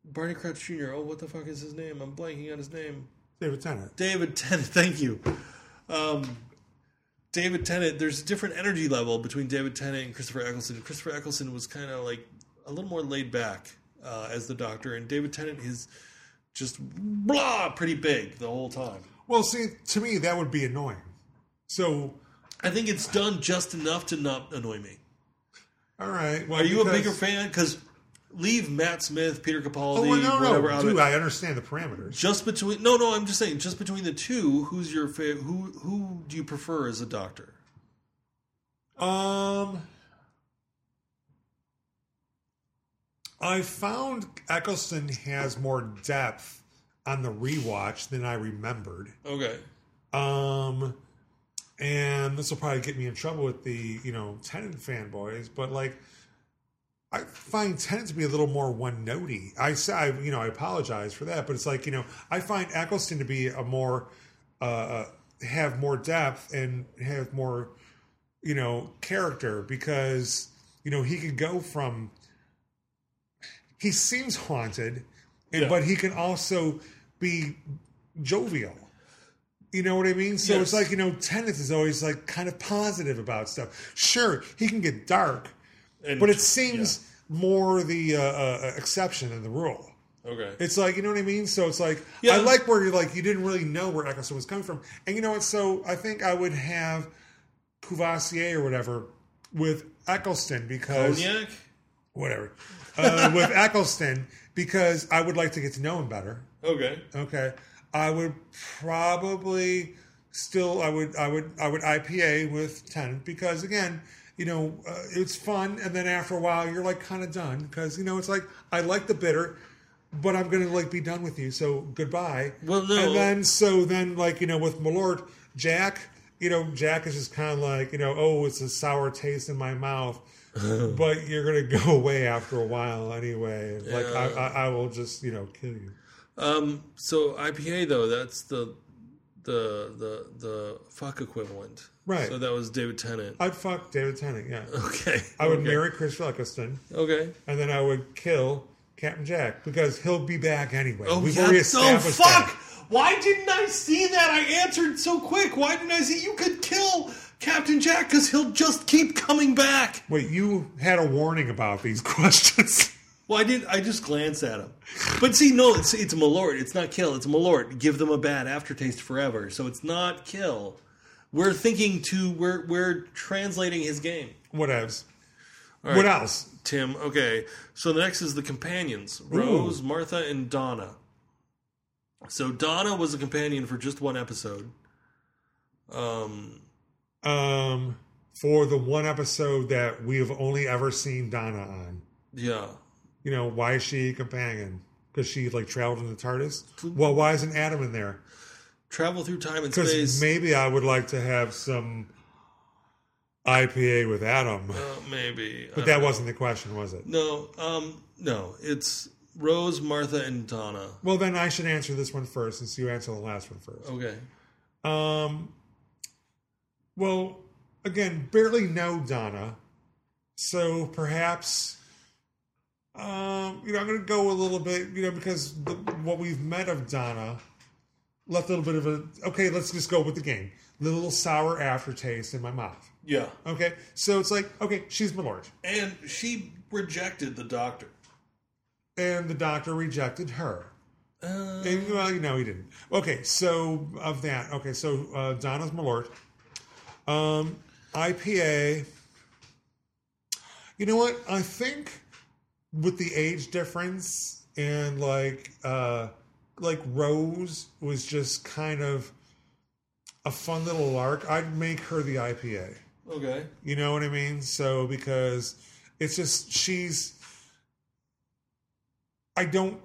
Barney Crouch Jr. Oh, what the fuck is his name? I'm blanking on his name. David Tennant. David Tennant. Thank you. Um, David Tennant, there's a different energy level between David Tennant and Christopher Eccleston. Christopher Eccleston was kind of like a little more laid back uh, as the Doctor, and David Tennant is just blah, pretty big the whole time. Well, see, to me that would be annoying. So, I think it's done just enough to not annoy me. all right. Well, Are you a because- bigger fan? Because leave Matt Smith, Peter Capaldi, Oh, well, no, no, whatever. out of dude. it. I understand the parameters. just between no, no. I'm just saying, just between the two, who's your favorite? Who who do you prefer as a Doctor? Um, I found Eccleston has more depth on the rewatch than I remembered. Okay. Um, and this will probably get me in trouble with the you know Tenant fanboys, but like I find Tenant to be a little more one notey. I say I, you know I apologize for that, but it's like you know I find Eccleston to be a more uh, have more depth and have more you know character because you know he can go from he seems haunted, and, Yeah. but he can also be jovial. You know what I mean? So Yes. it's like, you know, Tennis is always like kind of positive about stuff. Sure, he can get dark, And- but it seems more the uh, uh, exception than the rule. yeah. okay. It's like, you know what I mean? So it's like, Yeah. I like where you're like, you didn't really know where Eccleston was coming from. And you know what? So I think I would have Cuvassier or whatever with Eccleston because Cognac. whatever uh, with Eccleston because I would like to get to know him better. Okay. Okay, I would probably still I would I would I would IPA with Tenant because again you know uh, it's fun and then after a while you're like kind of done because you know it's like I like the bitter. But I'm gonna like be done with you, so goodbye. Well, no. And then so then like you know with Malort, Jack, you know Jack is just kind of like you know oh it's a sour taste in my mouth, but you're gonna go away after a while anyway. Like I, I, I will just you know kill you. Um, so IPA though, that's the the the the fuck equivalent. Right. So that was David Tennant. I'd fuck David Tennant, yeah. okay. I would okay. marry Chris Eccleston, Okay. and then I would kill Captain Jack because he'll be back anyway. Oh We've yeah. already Oh established fuck! that. Why didn't I see that? I answered so quick. Why didn't I see you could kill Captain Jack because he'll just keep coming back. Wait, you had a warning about these questions. Well, I did. I just glanced at him. But see, no, it's it's Malort. It's not kill. It's Malort. Give them a bad aftertaste forever. So it's not kill. We're thinking to we're we're translating his game. what else? right. What else? Tim. Okay, so the next is the companions: Rose, Martha, and Donna. So Donna was a companion for just one episode. Um, Um, for the one episode that we have only ever seen Donna on, yeah, you know, why is she a companion? Because she like traveled in the TARDIS. Well, why isn't Adam in there? travel through time and Because space. maybe I would like to have some IPA with Adam. Uh, maybe, But that wasn't the question, was it? no, um, no. It's Rose, Martha, and Donna. Well, then I should answer this one first, since you answer the last one first. Okay. Um, well, again, barely know Donna, so perhaps, um, you know, I'm going to go a little bit, you know, because the, what we've met of Donna left a little bit of a okay. Let's just go with the game. Little sour aftertaste in my mouth. Yeah. Okay, so it's like okay, she's Malort, And she rejected the doctor. and the doctor rejected her. Uh, And, well, you know, he didn't. Okay, so of that, okay, so uh, Donna's Malort. Um, IPA. You know what? I think with the age difference and like uh like Rose was just kind of a fun little lark, I'd make her the IPA. okay. You know what I mean? So because it's just she's I don't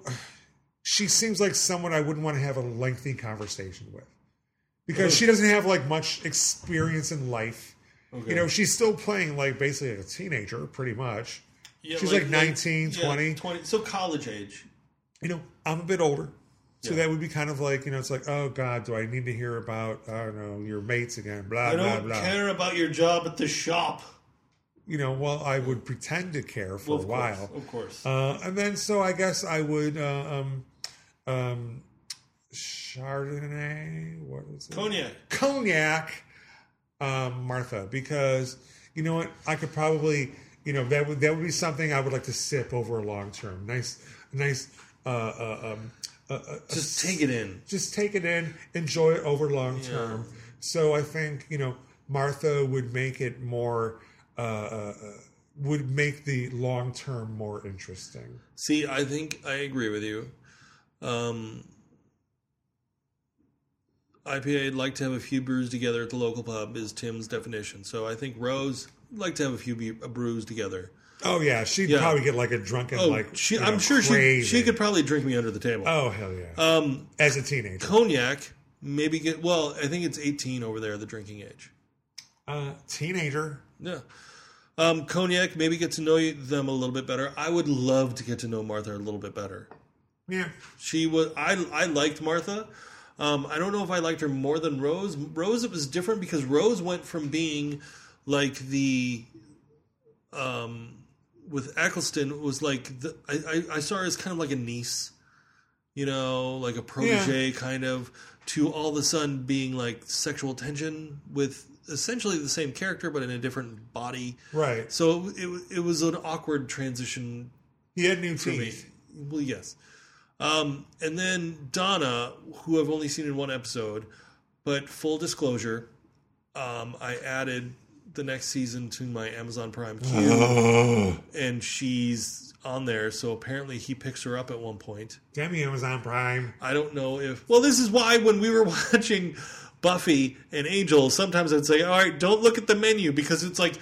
she seems like someone I wouldn't want to have a lengthy conversation with. Because she doesn't have like much experience in life. Okay. You know, she's still playing like basically like a teenager pretty much. Yeah, she's like 19, 20. 20. So college age. You know, I'm a bit older. So Yeah. that would be kind of like, you know, it's like, oh God, do I need to hear about, I don't know, your mates again, blah, I blah, don't blah. care about your job at the shop. You know, well, I would pretend to care for Well, a of while. Course, of course. Uh, and then, so I guess I would uh, um, um, Chardonnay. What is it? Cognac. Cognac. um, Martha because you know what I could probably you know that would that would be something I would like to sip over long term. Nice, nice. Uh, uh, um, uh, uh, Just take it in. just take it in, enjoy it over long term. So I think you know Martha would make it more uh, uh, uh, would make the long term more interesting. See, I think I agree with you. Um, IPA like to have a few brews together at the local pub is Tim's definition. So I think Rose like to have a few be- brews together. Oh yeah, she'd Yeah. probably get like a drunken Oh, like. she, you I'm know, sure she she craving. could probably drink me under the table. Oh hell yeah! um, As a teenager, cognac maybe get well. I think it's 18 over there, the drinking age. uh, teenager. Yeah. Um, cognac maybe get to know them a little bit better. I would love to get to know Martha a little bit better. Yeah, She was I I liked Martha. Um, I don't know if I liked her more than Rose. Rose it was different because Rose went from being like the um with Eccleston it was like the, I, I I saw her as kind of like a niece, you know, like a protege kind of to all of a sudden being like sexual tension with essentially the same character but in a different body. right. So it it was an awkward transition He had new for me. teeth. Well, yes. Um, and then Donna, who I've only seen in one episode, but full disclosure, um, I added the next season to my Amazon Prime queue, Oh. and she's on there. So apparently, he picks her up at one point. Damn you, Amazon Prime. I don't know if. Well, this is why when we were watching Buffy and Angel, sometimes I'd say, all right, don't look at the menu because it's like,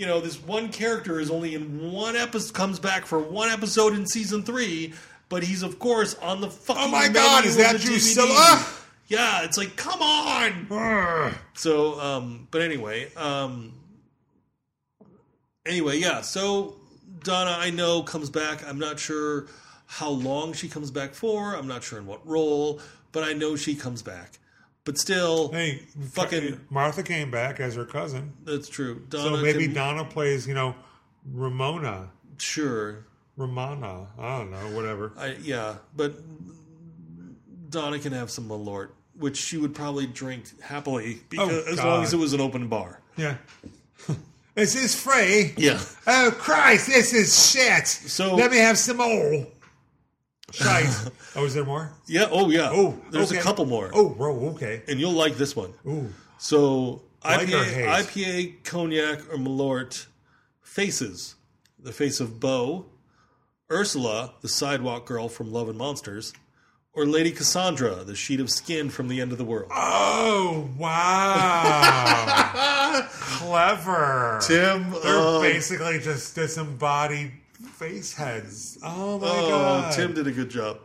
you know, this one character is only in one episode, comes back for one episode in season three, but he's, of course, on the fucking. Oh my menu God, is of that ah! the Drusilla? DVD. Yeah, it's like, come on! Ugh. Ah. So, um, but anyway, um, anyway, yeah. So Donna, I know comes back. I'm not sure how long she comes back for. I'm not sure in what role, but I know she comes back. But still, Hey, Fucking- Martha came back as her cousin, that's true. Donna, so maybe can- Donna plays you know Ramona, sure. Romana. I don't know, whatever. I yeah, but Donna can have some Malort, which she would probably drink happily because as long Oh, God. as it was an open bar. Yeah, this is free. Yeah. Oh Christ, this is shit. So- let me have some more. Shite. oh, is there more? Yeah. Oh yeah. Oh, there's okay. a couple more. Oh, bro. Okay. and you'll like this one. Ooh. So Like or IPA, haze? IPA, cognac, or Malort faces the face of Bo, Ursula, the sidewalk girl from Love and Monsters, or Lady Cassandra, the sheet of skin from the end of the world. Oh wow. Clever. Tim, They're um, basically just disembodied face heads. Oh my oh, god. Uh, Tim did a good job.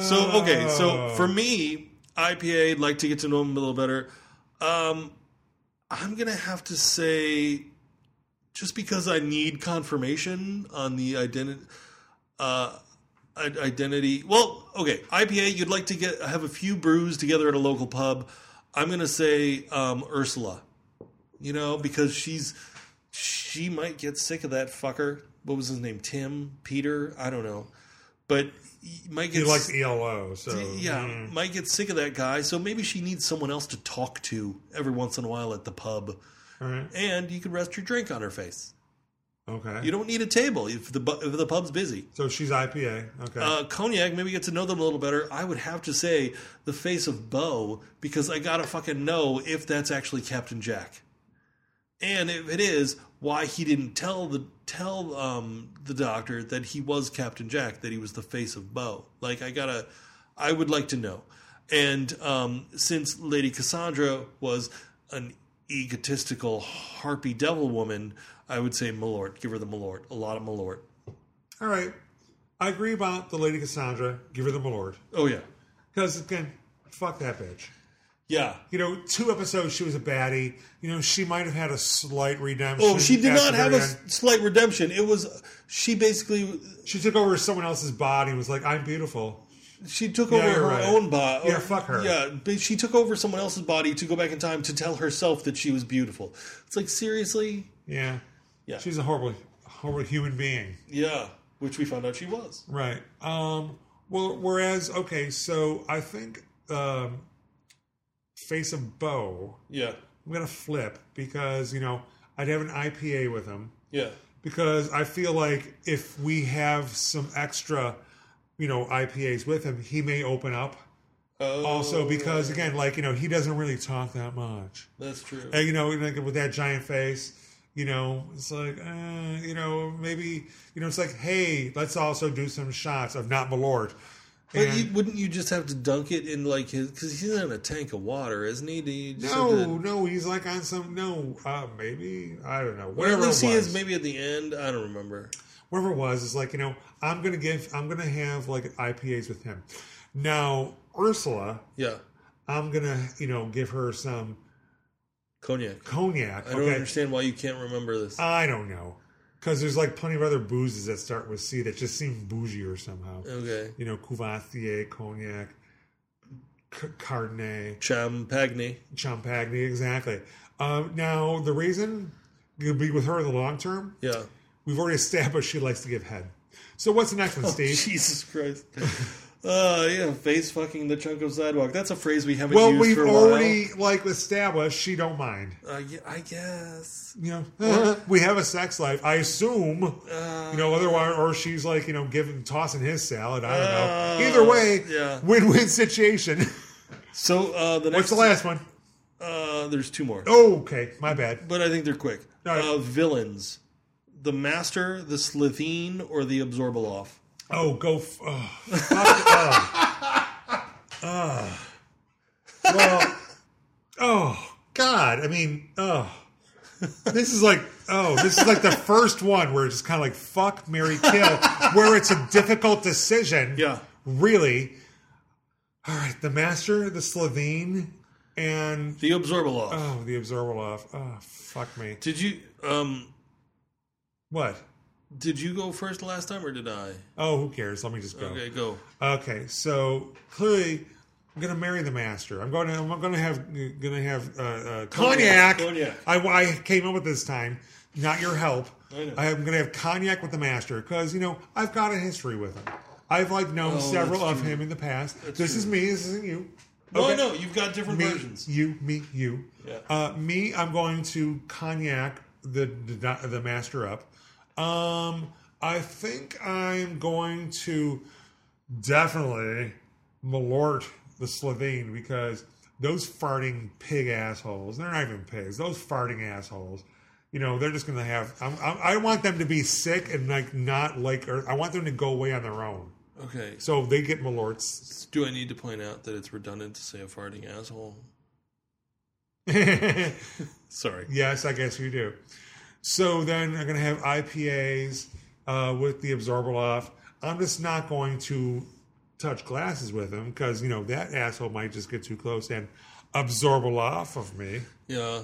So okay, so for me, IPA like to get to know him a little better. Um, I'm gonna have to say, just because I need confirmation on the identity, uh, i- identity. Well, okay, IPA. You'd like to get have a few brews together at a local pub. I'm gonna say um, Ursula. You know, because she's she might get sick of that fucker. What was his name? Tim, Peter, I don't know. But he might get you s- like ELO, E so Uh, yeah, mm. might get sick of that guy. So maybe she needs someone else to talk to every once in a while at the pub. All right. And you could rest your drink on her face. Okay. You don't need a table if the bu- if the pub's busy. so she's IPA. Okay. Uh, cognac, maybe get to know them a little better. I would have to say the face of Bo because I gotta fucking know if that's actually Captain Jack, and if it is, why he didn't tell the tell um, the doctor that he was Captain Jack, that he was the face of Bo. Like I gotta, I would like to know. And um, since Lady Cassandra was an egotistical harpy devil woman, I would say Malort. Give her the Malort. A lot of Malort. All right. I agree about the Lady Cassandra. Give her the Malord. Oh yeah, Because again, fuck that bitch. yeah. You know, two episodes she was a baddie. You know, she might have had a slight redemption. Oh, she did at not the have a very s- end. slight redemption. It was she basically She took over someone else's body and was like, I'm beautiful. she took Yeah, over you're her right. own body. Yeah, fuck her. Yeah, but she took over someone else's body to go back in time to tell herself that she was beautiful. It's like seriously, Yeah. Yeah. She's a horrible, horrible human being. yeah. Which we found out she was. Right. Um, well, whereas, okay, so I think um, Face of Bo Yeah, I'm gonna flip because you know I'd have an IPA with him Yeah. because I feel like if we have some extra, you know, IPAs with him, he may open up. Oh, Also, because again, like you know, he doesn't really talk that much. that's true. And, you know, like with that giant face, you know, it's like, uh, you know, maybe, you know, it's like, hey, let's also do some shots of not Malort. But And- you, wouldn't you just have to dunk it in like his? Because he's in a tank of water, isn't he? Do you just have to- no, no, he's like on some no, uh, maybe I don't know. Or at Whatever it least was, he is maybe at the end. I don't remember. whatever it was, it's like you know, I'm gonna give, I'm gonna have like IPAs with him. Now Ursula, Yeah, I'm gonna you know give her some cognac. cognac. I don't understand why you can't remember this. I don't know, because there's like plenty of other boozes that start with C that just seem bougier somehow. okay, you know, Cuvatier, Cognac, C- Carnet, champagne. Champagne, exactly. Um, now, the reason you'll be with her in the long term, Yeah. we've already established she likes to give head. So, what's the Oh, next one, Steve? Jesus Christ. Uh, yeah, face fucking the chunk of sidewalk. That's a phrase we haven't well, used we've for a while. already like established she don't mind. Uh, yeah, I guess. You know, we have a sex life. I assume, Uh, you know, otherwise, or she's like, you know, giving tossing his salad. I don't Uh, know. Either way, yeah. win-win situation. So uh, the What's next. the last one? Uh, there's two more, Oh, okay, my bad. but I think they're quick. All right. Uh, villains: the master, the Slitheen, or the Absorbaloff. Oh, go. F- oh, fuck. oh. Oh. Well, oh, God. I mean, oh. This is like, oh, this is like the first one where it's just kind of like fuck, Mary kill, where it's a difficult decision. Yeah. Really. All right. The Master, the Slovene, and, The Absorbaloff. oh, the Observerloff. Oh, fuck me. Did you um? What? Did you go first last time, or did I? Oh, who cares? Let me just go. Okay, go. Okay, so clearly, I'm gonna marry the master. I'm going to. I'm gonna have. Gonna have uh, uh, cognac. Cognac, cognac. I, I came up with this time. Not your help. I know. I'm gonna have cognac with the master because you know I've got a history with him. I've like known Oh, several that's of him in the past. this true. is me. This isn't you. No, Okay. I know you've got different Me, versions. you, me, you. Yeah. Uh, me, I'm going to cognac the the, the master up. Um, I think I'm going to definitely malort the Slovene because those farting pig assholes. They're not even pigs. Those farting assholes. You know, they're just going to have. I'm, I'm, I want them to be sick and like not like. Or I want them to go away on their own. Okay. So they get malorts. Do I need to point out that it's redundant to say a farting asshole? Sorry. Yes, I guess you do. So then I'm going to have IPAs uh, with the Absorbaloff. I'm just not going to touch glasses with him because, you know, that asshole might just get too close and absorb a off of me. Yeah.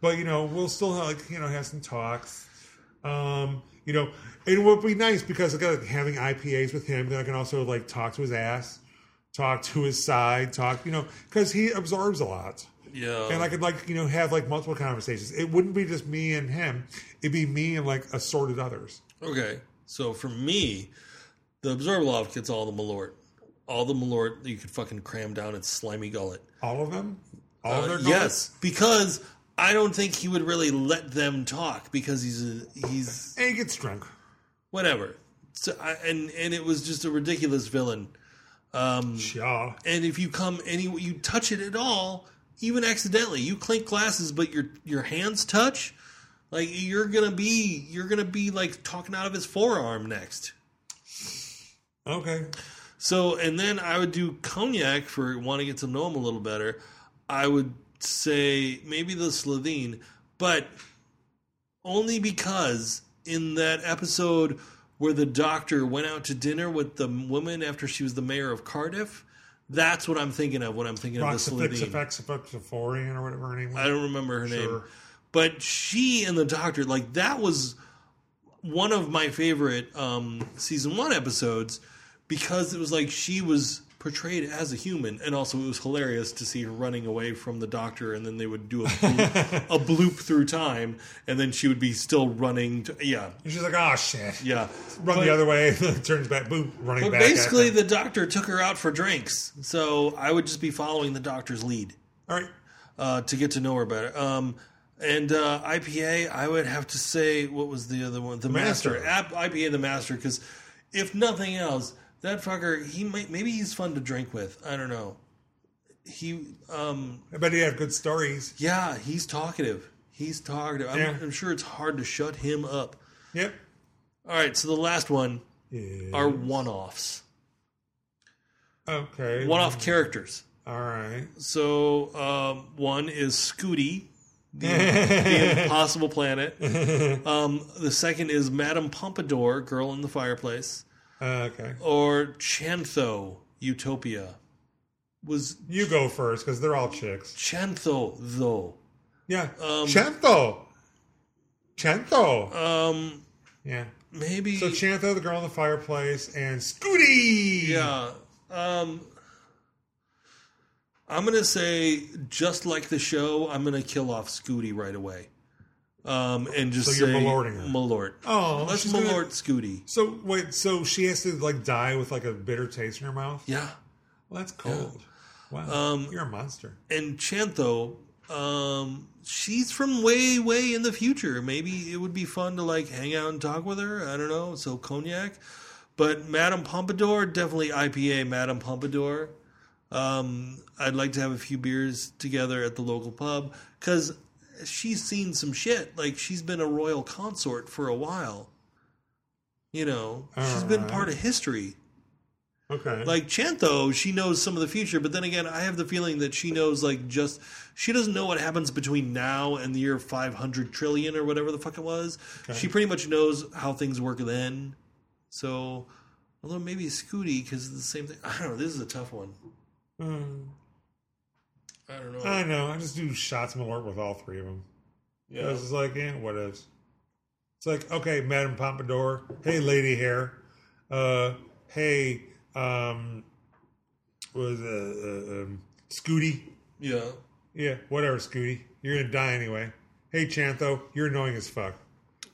But, you know, we'll still, like, you know, have some talks. Um, you know, it would be nice because I got having IPAs with him. Then I can also, like, talk to his ass, talk to his side, talk, you know, because he absorbs a lot Yeah. and I could like you know have like multiple conversations. It wouldn't be just me and him; it'd be me and like assorted others. okay. So for me, the Absorbalov gets all the malort. All the malort that you could fucking cram down its slimy gullet. All of them, all of their Uh, yes, because I don't think he would really let them talk because he's a, he's and he gets drunk. whatever. So I, and and it was just a ridiculous villain. Um, Yeah, and if you come any you touch it at all, even accidentally, you clink glasses, but your your hands touch, like you're gonna be you're gonna be like talking out of his forearm next. okay. So and then I would do cognac for wanting to get to know him a little better. I would say maybe the Slovene, but only because in that episode where the doctor went out to dinner with the woman after she was the mayor of Cardiff, that's what I'm thinking of when I'm thinking of the Roxifix, Slovene. effects, effects, Euphorian, or whatever her name. I Was. don't remember her name. Sure. But she and the doctor, like that was one of my favorite um, season one episodes because it was like she was portrayed as a human, and also it was hilarious to see her running away from the doctor, and then they would do a bloop, a bloop through time, and then she would be still running. To, yeah, And she's like, "Oh shit!" yeah. Run the other way. turns back. Boom. Running But back. at basically, them. the doctor took her out for drinks, so I would just be following the doctor's lead. all right. uh, to get to know her better. Um, and uh, IPA, I would have to say, what was the other one? The Master. Master. App, IPA, the Master, because if nothing else, that fucker, he might, maybe he's fun to drink with. I don't know. He, um, I bet he had good stories. yeah, he's talkative. He's talkative. I'm, Yeah. I'm sure it's hard to shut him up. Yep. All right, so the last one Yeah. are one offs, okay. one off characters. All right. So um, one is Scooty, the, the Impossible Planet. Um, the second is Madame Pompadour, Girl in the Fireplace, Uh, okay. or Chantho, Utopia. Was You go first because they're all chicks. Chantho though? Yeah. Um, Chanto. Chanto. Um, yeah. maybe. So Chanto, the girl in the fireplace, and Scooty. yeah. Um, I'm gonna say just like the show, I'm gonna kill off Scooty right away. Um, and just So you're say malording her. Malort. Oh, Let's she's gonna- malort Scooty. So wait, so she has to like die with like a bitter taste in her mouth? Yeah. Well, that's cold. Wow. Um, You're a monster. And Chantho, um, she's from way, way in the future. Maybe it would be fun to like hang out and talk with her. I don't know. So cognac. But Madame Pompadour, definitely IPA Madame Pompadour. Um, I'd like to have a few beers together at the local pub because she's seen some shit. Like she's been a royal consort for a while. You know, she's been Alright. part of history. Okay. Like Chantho, she knows some of the future, but then again, I have the feeling that she knows like just she doesn't know what happens between now and the year five hundred trillion or whatever the fuck it was. She pretty much knows how things work then. So, although maybe Scooty because it's the same thing. I don't know. This is a tough one. Mm, I don't know. I know. I just do shots of alert with all three of them. yeah. It's just like, yeah, what ifs. It's like, okay, Madame Pompadour. Hey, Lady Hair. Uh, hey, um, was uh, uh, um, Scooty. yeah. Yeah, whatever, Scooty. You're gonna die anyway. Hey, Chantho, you're annoying as fuck.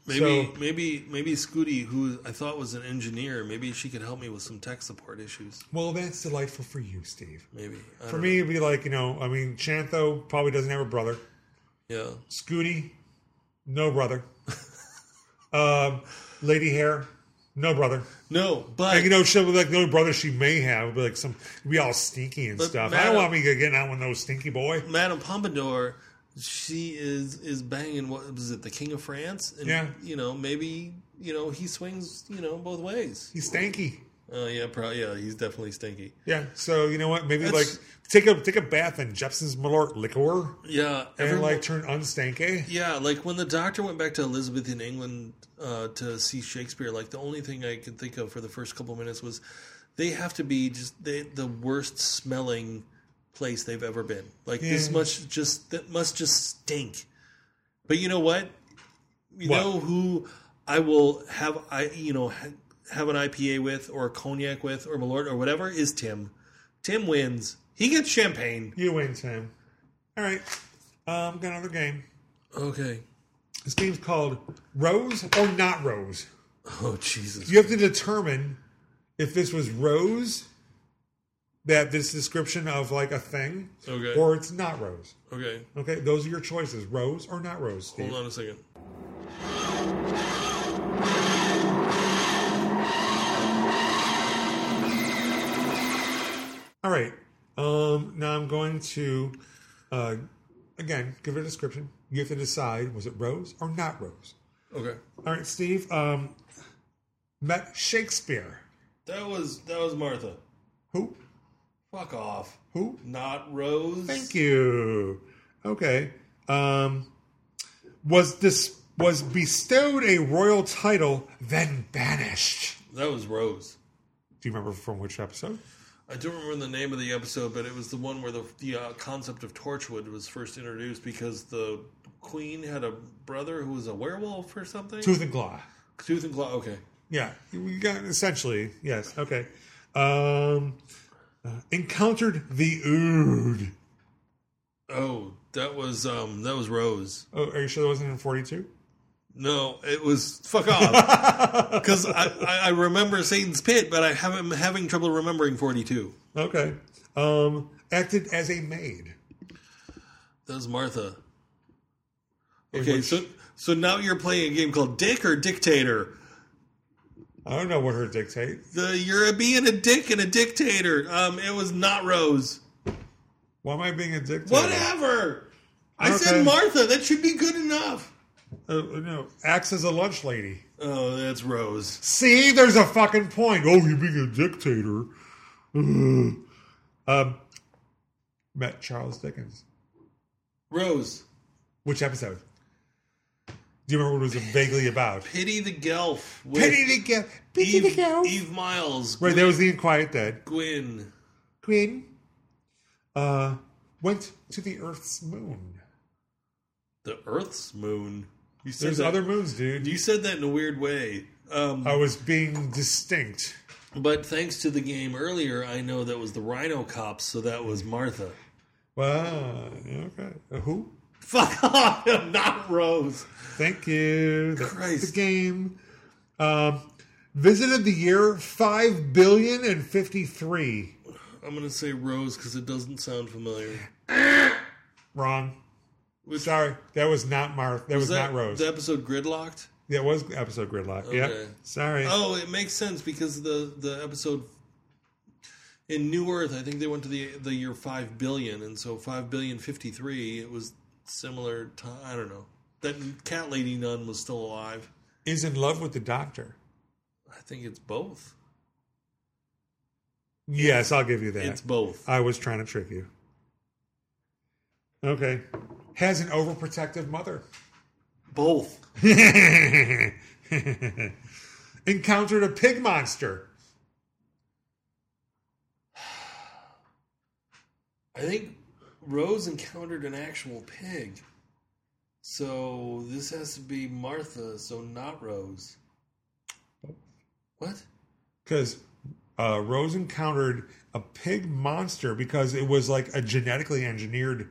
Maybe So- maybe maybe Scooty, who I thought was an engineer, maybe she could help me with some tech support issues. Well, that's delightful for you, Steve. Maybe I For don't me, it'd be like, you know, I mean, Chantho probably doesn't have a brother. know. Scooty, no brother. um, Lady Hair, no brother. Yeah. No, Like, but you know, she'll be like, no brother she may have, but like some, be all stinky and But stuff. I Madam- don't want me getting out with no stinky boy. Madame Pompadour, she is is banging what was it, the King of France? And Yeah. you know, maybe you know, he swings, you know, both ways. He's stanky. Oh yeah, probably yeah, he's definitely stinky. Yeah. So you know what? Maybe That's- like take a take a bath in Jepson's Malort liquor Yeah. and everyone- like turn unstanky. yeah, like when the doctor went back to Elizabeth in England uh, to see Shakespeare, like the only thing I could think of for the first couple minutes was they have to be just they, the worst smelling place they've ever been. Like this Yeah. much just that must just stink. But you know what? You What? know who I will have I you know ha- have an IPA with or a cognac with or Malort or whatever is Tim. Tim wins. He gets champagne. You win, Tim. All right. Um, got another game. Okay. This game's called Rose or Not Rose. Oh Jesus. You have to determine if this was Rose, that this description of like a thing, Okay. or it's not Rose. okay. Okay, those are your choices: Rose or not Rose. Steve. Hold on a second. All right. Um, now I'm going to, uh, again, give it a description. You have to decide: was it Rose or not Rose? Okay. All right, Steve. Um, met Shakespeare. That was that was Martha. Who? Fuck off. Who? Not Rose. Thank you. Okay. Um, was this was bestowed a royal title, then banished? That was Rose. Do you remember from which episode? I don't remember the name of the episode, but it was the one where the the uh, concept of Torchwood was first introduced because the queen had a brother who was a werewolf or something. Tooth and Claw. Tooth and claw. Okay. Yeah, we got essentially yes. Okay. Um, uh, encountered the Ood. Oh, that was um that was Rose. Oh, are you sure that wasn't in forty-two? No, it was fuck off. Because I, I I remember Satan's Pit, but I have, I'm having trouble remembering 42. Okay. Um, acted as a maid. That was Martha. Okay, so so now you're playing a game called Dick or Dictator. I don't know what her dictate. The you're being a dick and a dictator. Um, it was not Rose. Why am I being a dictator? Whatever. I said Okay. Martha. That should be good enough. Uh, no, acts as a lunch lady. Oh, that's Rose. See, there's a fucking point. Oh, you're being a dictator. Ugh. um, met Charles Dickens. Rose. Which episode? Do you remember what it was vaguely about? Pity the Gelf. With Pity the girl. Pity Eve, the girl. Eve Miles. Right, there was the Quiet Dead. Gwyn. Queen uh, went to the Earth's moon. The Earth's moon. You said There's that- other moons, dude. You said that in a weird way. Um, I was being distinct. but thanks to the game earlier, I know that was the Rhino Cops, so that was Martha. Wow. Okay. Uh, Who? Fuck off, not Rose. Thank you. That's Christ. the game. Um, visit of the year five billion and fifty-three. I'm gonna say Rose because it doesn't sound familiar. Wrong. Was- Sorry, that was not Marth. That was, that not Rose. The episode Gridlocked. that was episode gridlock. Yeah. Okay. Sorry. Oh, it makes sense because the the episode in New Earth, I think they went to the the year five billion, and so five billion fifty three. It was similar to I don't know that cat lady nun was still alive. Is in love with the doctor. I think it's both. Yes, I'll give you that. It's both. I was trying to trick you. Okay. Has an overprotective mother. Both. Encountered a pig monster. I think Rose encountered an actual pig. So this has to be Martha, so not Rose. What? Because uh, Rose encountered a pig monster because it was like a genetically engineered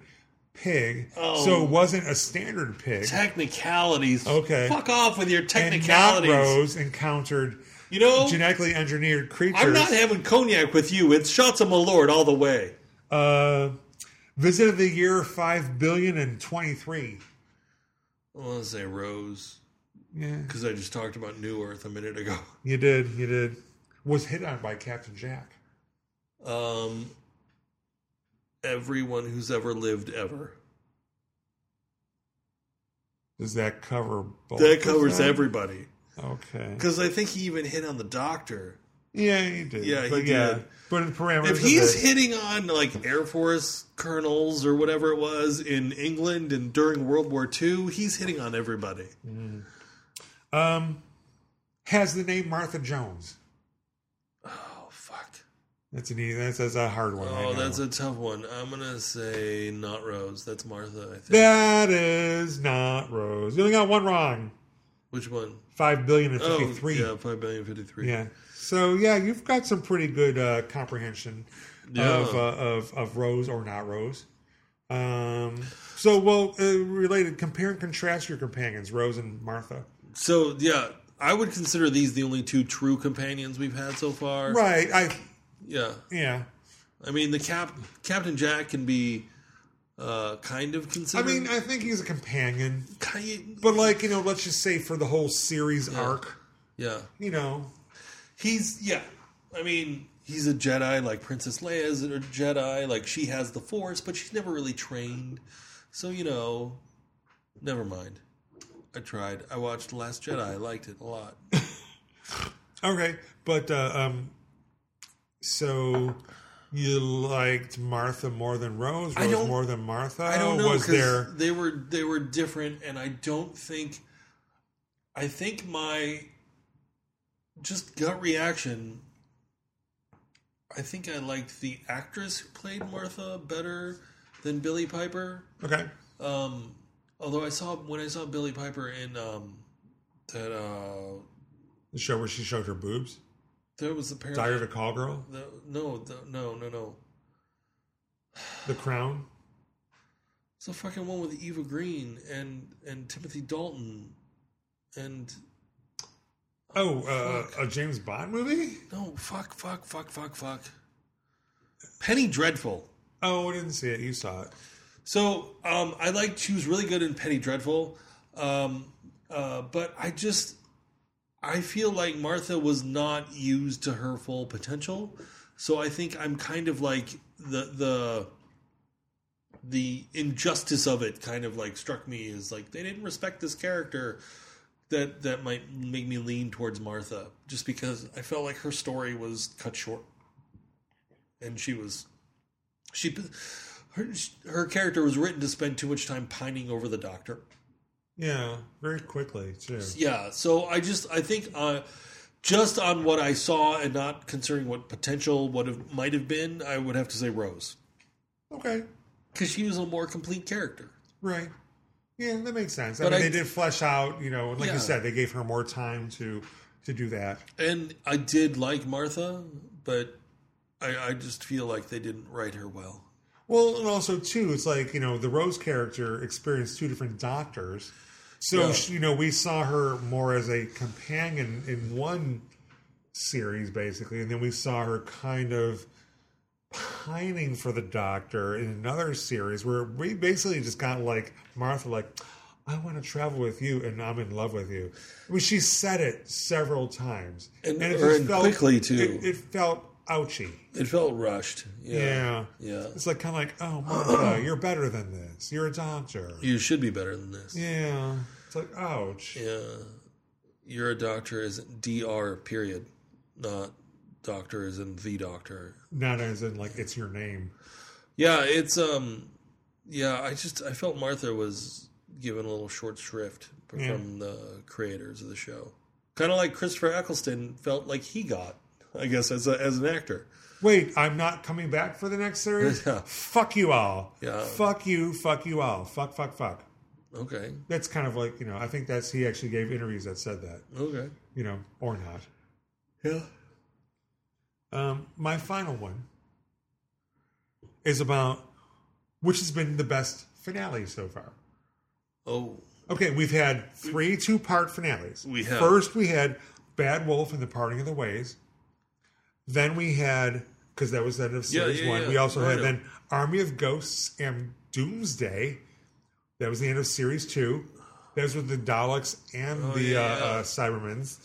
pig. Oh. So it wasn't a standard pig. Technicalities. Okay. Fuck off with your And not technicalities. Rose encountered You know, genetically engineered creatures. I'm not having cognac with you. It's shots of my lord all the way. uh, visit of the year 5 billion and 23. I want to say Rose Yeah. because I just talked about New Earth a minute ago. You did. You did. Was hit on by Captain Jack. Um, everyone who's ever lived ever. Does that cover both? That of covers them? everybody. Okay. Because I think he even hit on the doctor. Yeah, you did. Yeah, he but did. But in the parameters. If he's of hitting on like Air Force colonels or whatever it was in England and during World War II, he's hitting on everybody. it, um, has the name Martha Jones. Oh fuck! That's an easy. That's, that's a hard one. I know. Oh, that's a tough one. I'm gonna say not Rose. That's Martha. I think. That is not Rose. You only got one wrong. Which one? Five billion and Oh, fifty-three. yeah, five billion fifty-three. yeah. So yeah, you've got some pretty good uh, comprehension Yeah. of, uh, of of rose or not rose. Um, so well, uh, related. Compare and contrast your companions, Rose and Martha. So yeah, I would consider these the only two true companions we've had so far. Right. I Yeah. yeah. I mean, the cap Captain Jack can be uh, kind of I considered. mean, I think he's a companion, Ki- but like you know, let's just say for the whole series arc, yeah. you know, He's yeah. I mean, he's a Jedi like Princess Leia is a Jedi. Like she has the Force, but she's never really trained. So you know, never mind. I tried. I watched The Last Jedi. I liked it a lot. okay. But uh, um, so you liked Martha more than Rose, I Rose don't- more than Martha. I don't know Oh, Was 'cause there? they were they were different, and I don't think. I think my just gut reaction. I think I liked the actress who played Martha better than Billy Piper. Okay. Um, although I saw when I saw Billy Piper in um, that uh, The show where she showed her boobs. there was apparently Diary of a Call Girl. the, no the, no no no The Crown. it's the fucking one with Eva Green and and Timothy Dalton and Oh, uh, a James Bond movie? no fuck fuck fuck fuck fuck Penny Dreadful. Oh, I didn't see it. You saw it. So um, I liked she was really good in Penny Dreadful, um, uh, but I just I feel like Martha was not used to her full potential. So I think I'm kind of like the the the injustice of it kind of like struck me as like they didn't respect this character that that might make me lean towards Martha just because I felt like her story was cut short and she was she her, her character was written to spend too much time pining over the doctor Yeah, very quickly too. yeah so i just i think uh just on what i saw and not considering what potential what have, might have been i would have to say rose Okay, because she was a more complete character right. Yeah, that makes sense. I But mean, I- they did flesh out. You know, like Yeah. you said, they gave her more time to to do that. and i did like martha but i i just feel like they didn't write her well Well, and also too, it's like you know the Rose character experienced two different doctors, so Yeah. she, you know we saw her more as a companion in one series basically, and then we saw her kind of pining for the doctor in another series where we basically just got like Martha like. I want to travel with you, and I'm in love with you. I mean, she said it several times, And- or and quickly, too. It, it felt ouchy. it felt rushed Yeah. yeah, It's like kind of like, oh, Martha, you're better than this. You're a doctor. you should be better than this Yeah. It's like, ouch. Yeah. You're a doctor is DR period, not doctor is in the doctor. Not as in like it's your name. Yeah, it's um yeah, I just I felt Martha was given a little short shrift from Yeah. the creators of the show. Kind of like Christopher Eccleston felt like he got, I guess as a, as an actor. Wait, I'm not coming back for the next series. Yeah. Fuck you all. Yeah. Fuck you. Fuck you all. Fuck. Fuck. Fuck. Okay. That's kind of like you know. I think that's he actually gave interviews that said that Okay. you know or not. Yeah. Um, my final one is about which has been the best finale so far. Oh, Okay, we've had three two part finales. We have. First, we had Bad Wolf and the Parting of the Ways. Then we had, because that was the end of Yeah, series yeah, one, yeah. we also Right had on. then Army of Ghosts and Doomsday. That was the end of series two. That was with the Daleks and the yeah, uh, Oh, yeah. uh, Cybermans.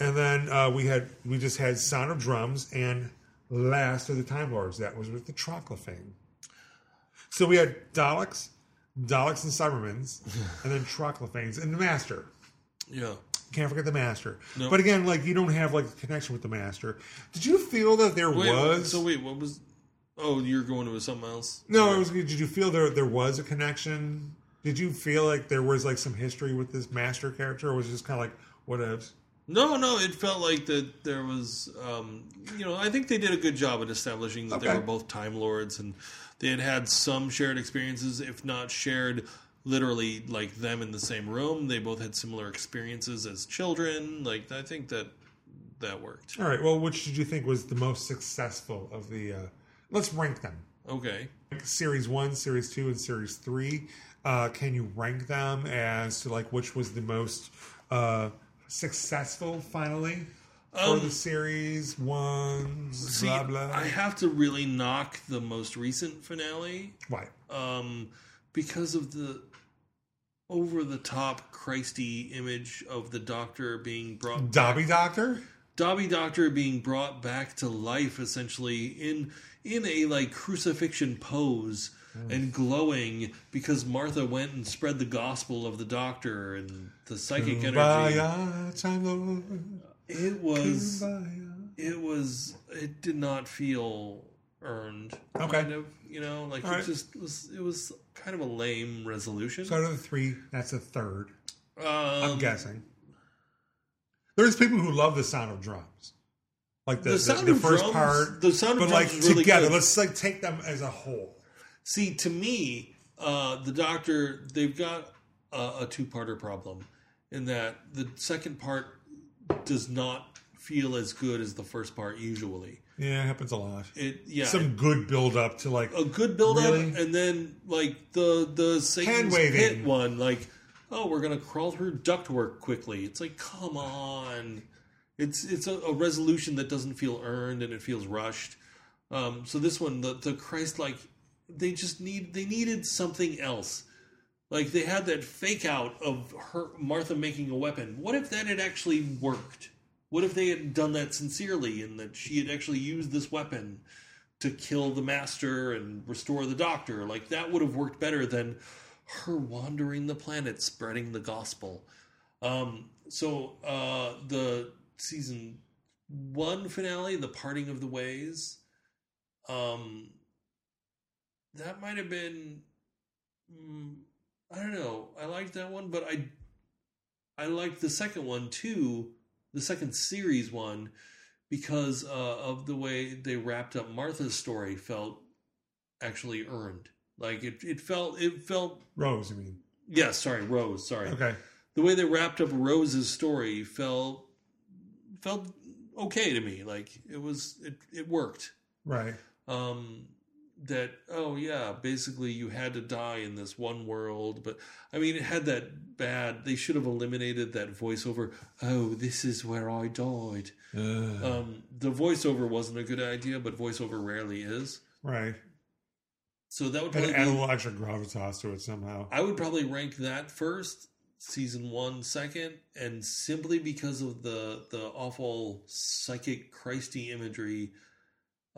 And then uh, we had we just had Sound of Drums and Last of the Time Lords. That was with the Troclophane. So we had Daleks, Daleks and Cybermans, and then Troclophanes and the Master. yeah. Can't forget the Master. No. But again, like you don't have like the connection with the Master. Did you feel that there Wait, was? so wait, what was Oh, you're going to something else? no, it was. Did you feel there there was a connection? Did you feel like there was like some history with this Master character, or was it just kind of like what ifs? No, no, it felt like that there was, um, you know, I think they did a good job at establishing that they Okay. were both Time Lords and they had had some shared experiences, if not shared literally like them in the same room. They both had similar experiences as children. Like, I think that that worked. All right. Well, which did you think was the most successful of the? Uh, let's rank them. Okay. series one, series two, and series three. Uh, can you rank them as to like which was the most uh, successful finally for the series one? Um, See, blah blah. I have to really knock the most recent finale Why? um, because of the over the top Christy image of the Doctor being brought Dobby Doctor? Dobby Doctor being brought back to life essentially in in a like crucifixion pose Mm. and glowing because Martha went and spread the gospel of the doctor and the psychic energy. Kumbaya, time Lord. It was Kumbaya. it was it did not feel earned. Okay. Kind of, you know, like All it right. just was it was kind of a lame resolution. So out of the three, that's a third. I'm Um, guessing. There's people who love the sound of drums, like the, The the, sound the of first drums- part. the sound but of drums like is really together, good. let's like take them as a whole. See, to me, uh, the doctor they've got a, a two-parter problem in that the second part does not feel as good as the first part usually. Yeah, it happens a lot. It yeah, some good build up to like a good build up Really? and then like the the Satan's Hand-waving. pit one like oh we're going to crawl through ductwork quickly. It's like come on. It's it's a, a resolution that doesn't feel earned and it feels rushed. Um, so this one the the Christ like they just need they needed something else. Like they had that fake out of her Martha making a weapon. What if that had actually worked? What if they had done that sincerely and that she had actually used this weapon to kill the master and restore the doctor? Like that would have worked better than her wandering the planet spreading the gospel. Um, so uh, the season one finale, the parting of the ways, um, that might have been. mm, I don't know. I liked that one, but I I liked the second one too, the second series one, because uh, of the way they wrapped up Martha's story felt actually earned. Like it, it felt it felt Rose, I mean. yeah, sorry, Rose, sorry. Okay. The way they wrapped up Rose's story felt felt okay to me. Like it was it, it worked Right. um that oh yeah basically you had to die in this one world but i mean it had that bad they should have eliminated that voiceover oh this is where i died Uh, um the voiceover wasn't a good idea but voiceover rarely is right. so that would And probably add a be, little extra gravitas to it somehow. i would probably rank that first season one second and simply because of the the awful psychic christy imagery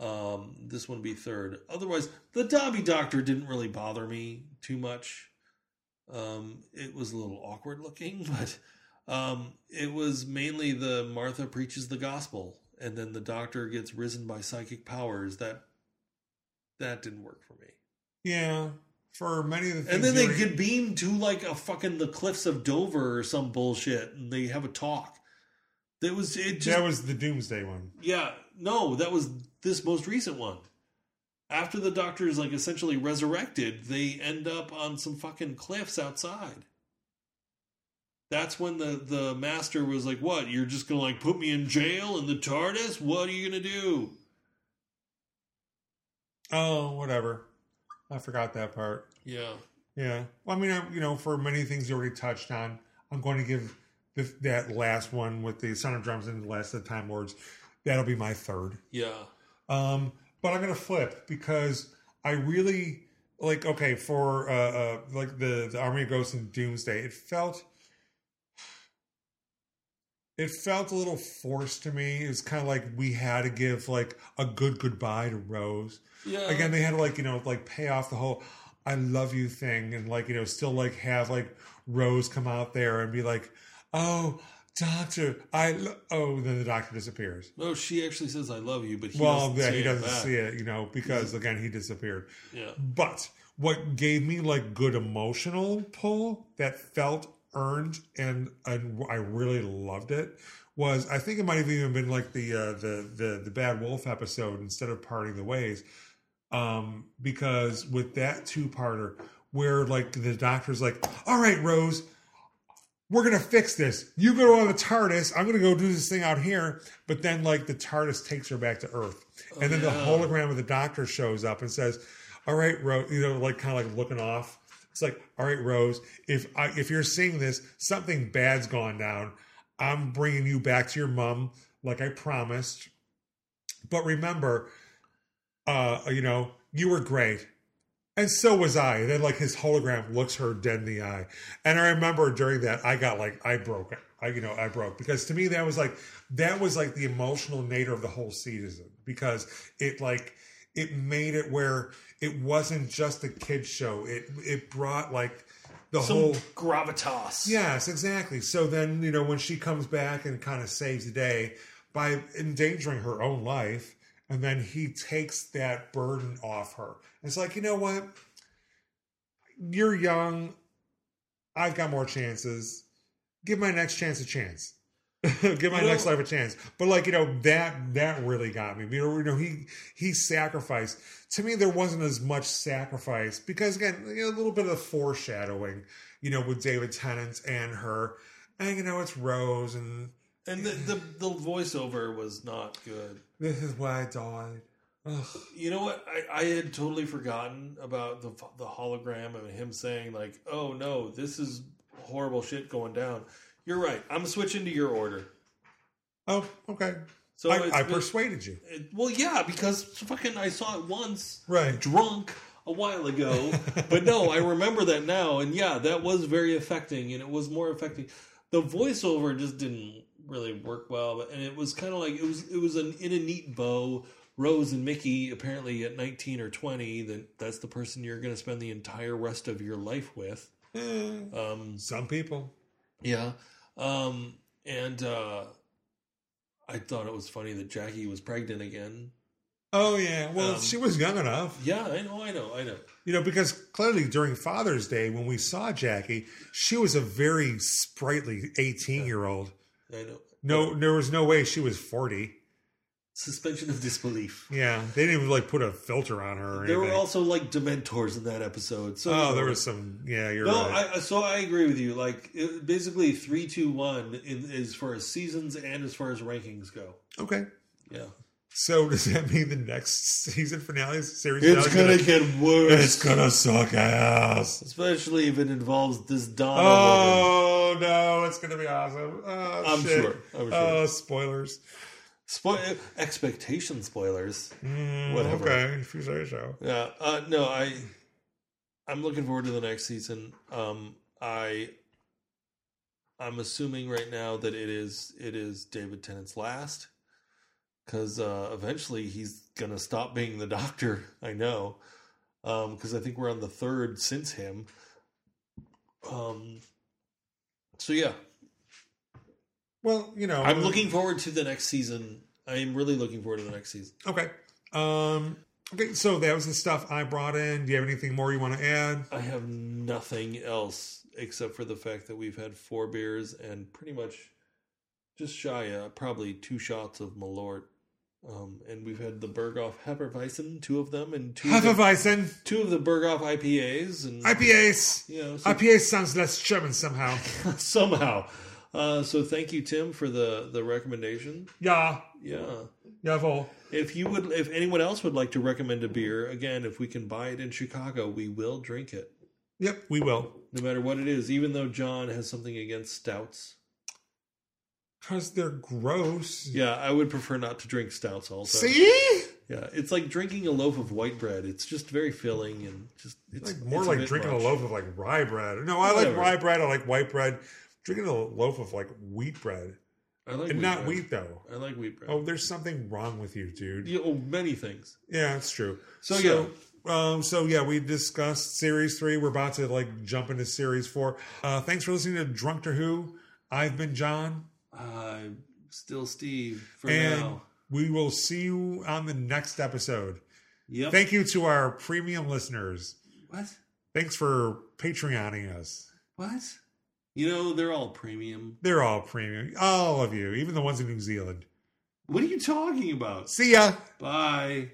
Um, this one would be third. Otherwise, the Dobby Doctor didn't really bother me too much. Um, it was a little awkward looking, but um, it was mainly the Martha preaches the gospel, and then the Doctor gets risen by psychic powers. That that didn't work for me. Yeah. For many of the things. And then they you already- get beamed to like a fucking the cliffs of Dover or some bullshit, and they have a talk. That was it. Just that was the Doomsday one. yeah, no, that was this most recent one. After the doctor is like essentially resurrected, they end up on some fucking cliffs outside. That's when the the master was like, "What? You're just gonna like put me in jail in the TARDIS? What are you gonna do?" Oh, whatever. I forgot that part. Yeah, Yeah. Well, I mean, I, you know, for many things you already touched on, I'm going to give the, that last one with the sound of drums and the last of the time lords. That'll be my third. yeah, Um, but I'm gonna flip because I really like okay for uh, uh like the the Army of Ghosts and Doomsday. It felt it felt a little forced to me. It was kind of like we had to give like a good goodbye to Rose. yeah. Again, they had to like you know like pay off the whole "I love you" thing and like you know still like have like Rose come out there and be like, "Oh, Doctor, I lo-" oh." Then the Doctor disappears No, Oh, she actually says, "I love you," but he well, doesn't yeah, say he doesn't back. see it, you know, because again, he disappeared. Yeah, But what gave me like good emotional pull that felt earned and and I really loved it was I think it might have even been like the uh, the the the Bad Wolf episode instead of parting the ways, um, because with that two parter where like the doctor's like, all right, Rose. We're gonna fix this. You go on the TARDIS. I'm gonna go do this thing out here. But then, like the TARDIS takes her back to Earth, Oh, and then the yeah. hologram of the doctor shows up and says, "All right, Rose," you know, like kind of like looking off. It's like, "All right, Rose, if I, if you're seeing this, something bad's gone down. I'm bringing you back to your mom, like I promised. But remember, uh, you know, you were great." And so was I. And then, like his hologram looks her dead in the eye, and I remember during that I got like I broke. I you know I broke because to me that was like that was like the emotional nature of the whole season because it like it made it where it wasn't just a kid show. It it brought like the some whole gravitas. Yes, exactly. So then, you know, when she comes back and kind of saves the day by endangering her own life, and then he takes that burden off her. It's like, you know what? You're young. I've got more chances. Give my next chance a chance. Give my Well- next life a chance. But like, you know, that that really got me. You know, you know, he he sacrificed. To me, there wasn't as much sacrifice because again, you know, a little bit of foreshadowing you know, with David Tennant and her. And you know, it's Rose and and the, the the voiceover was not good. this is why I died. Ugh. You know what? I, I had totally forgotten about the the hologram and him saying like, "Oh no, this is horrible shit going down." You're right. I'm switching to your order. Oh, okay. So I, it's I been- persuaded you. it- well, yeah, because fucking I saw it once Right. drunk. I a while ago, but no, I remember that now, and yeah, that was very affecting, and it was more affecting. The voiceover just didn't really work well, but, and it was kind of like it was it was an in a neat bow. Rose and Mickey apparently at nineteen or twenty, that that's the person you're going to spend the entire rest of your life with. Eh, Um, Some people. yeah, um, and uh, I thought it was funny that Jackie was pregnant again. Oh yeah. Well, Um, she was young enough. Yeah, I know, I know, I know. You know, because clearly during Father's Day, when we saw Jackie, she was a very sprightly 18 year old. I know. No, there was no way she was 40. Suspension of disbelief. Yeah. They didn't even like put a filter on her or There were anything. also like dementors in that episode. So oh, there was some. Yeah, you're No, right. I, so I agree with you. Like it, basically three, two, one in as far as seasons and as far as rankings go. okay. Yeah, So does that mean the next season finale series? it's finale's gonna get worse, it's gonna suck ass. especially if it involves this Donna woman. Oh no, it's gonna be awesome. Oh, I'm shit. sure. I'm sure. Oh, spoilers. Spoil expectation spoilers. Mm, Whatever. Okay, if you say so. Yeah. Uh, no, I I'm looking forward to the next season. Um, I I'm assuming right now that it is it is David Tennant's last because uh, eventually he's gonna stop being the doctor. I know because I think we're on the third since him. Um. So yeah, Well, you know, I'm looking forward to the next season. I am really looking forward to the next season. Okay. Um, okay, so that was the stuff I brought in. Do you have anything more you want to add? I have nothing else except for the fact that we've had four beers and pretty much just shy of probably two shots of Malort. Um, and we've had the Berghoff Hefeweizen, two of them, and two of, the, Hefeweizen, two of the Berghoff IPAs, and IPAs. you know so- IPA sounds less German somehow. somehow. Uh, so thank you, Tim, for the the recommendation. yeah, Yeah. jawohl. If you would, if anyone else would like to recommend a beer, again, if we can buy it in Chicago, we will drink it, Yep, we will. no matter what it is. Even though John has something against stouts. Because they're gross. Yeah, I would prefer not to drink stouts also. See? Yeah, it's like drinking a loaf of white bread. It's just very filling and just it's Like more it's like bit drinking much. a loaf of like rye bread. No, I like Whatever. rye bread. I like white bread. Drinking a loaf of like wheat bread. I like and wheat not bread. wheat though. I like wheat bread. Oh, there's something wrong with you, dude. Yeah, oh, many things. Yeah, it's true. So, um, so yeah, we discussed series three. We're about to like jump into series four. Uh, thanks for listening to Drunkter Who. I've been John, Uh, still Steve for and now. we will see you on the next episode. Yep. Thank you to our premium listeners. what? Thanks for Patreoning us. What? You know they're all premium. They're all premium, all of you, even the ones in New Zealand. What are you talking about? See ya. Bye.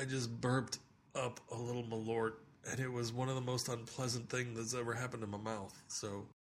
I just burped up a little malort, and it was one of the most unpleasant things that's ever happened to my mouth. So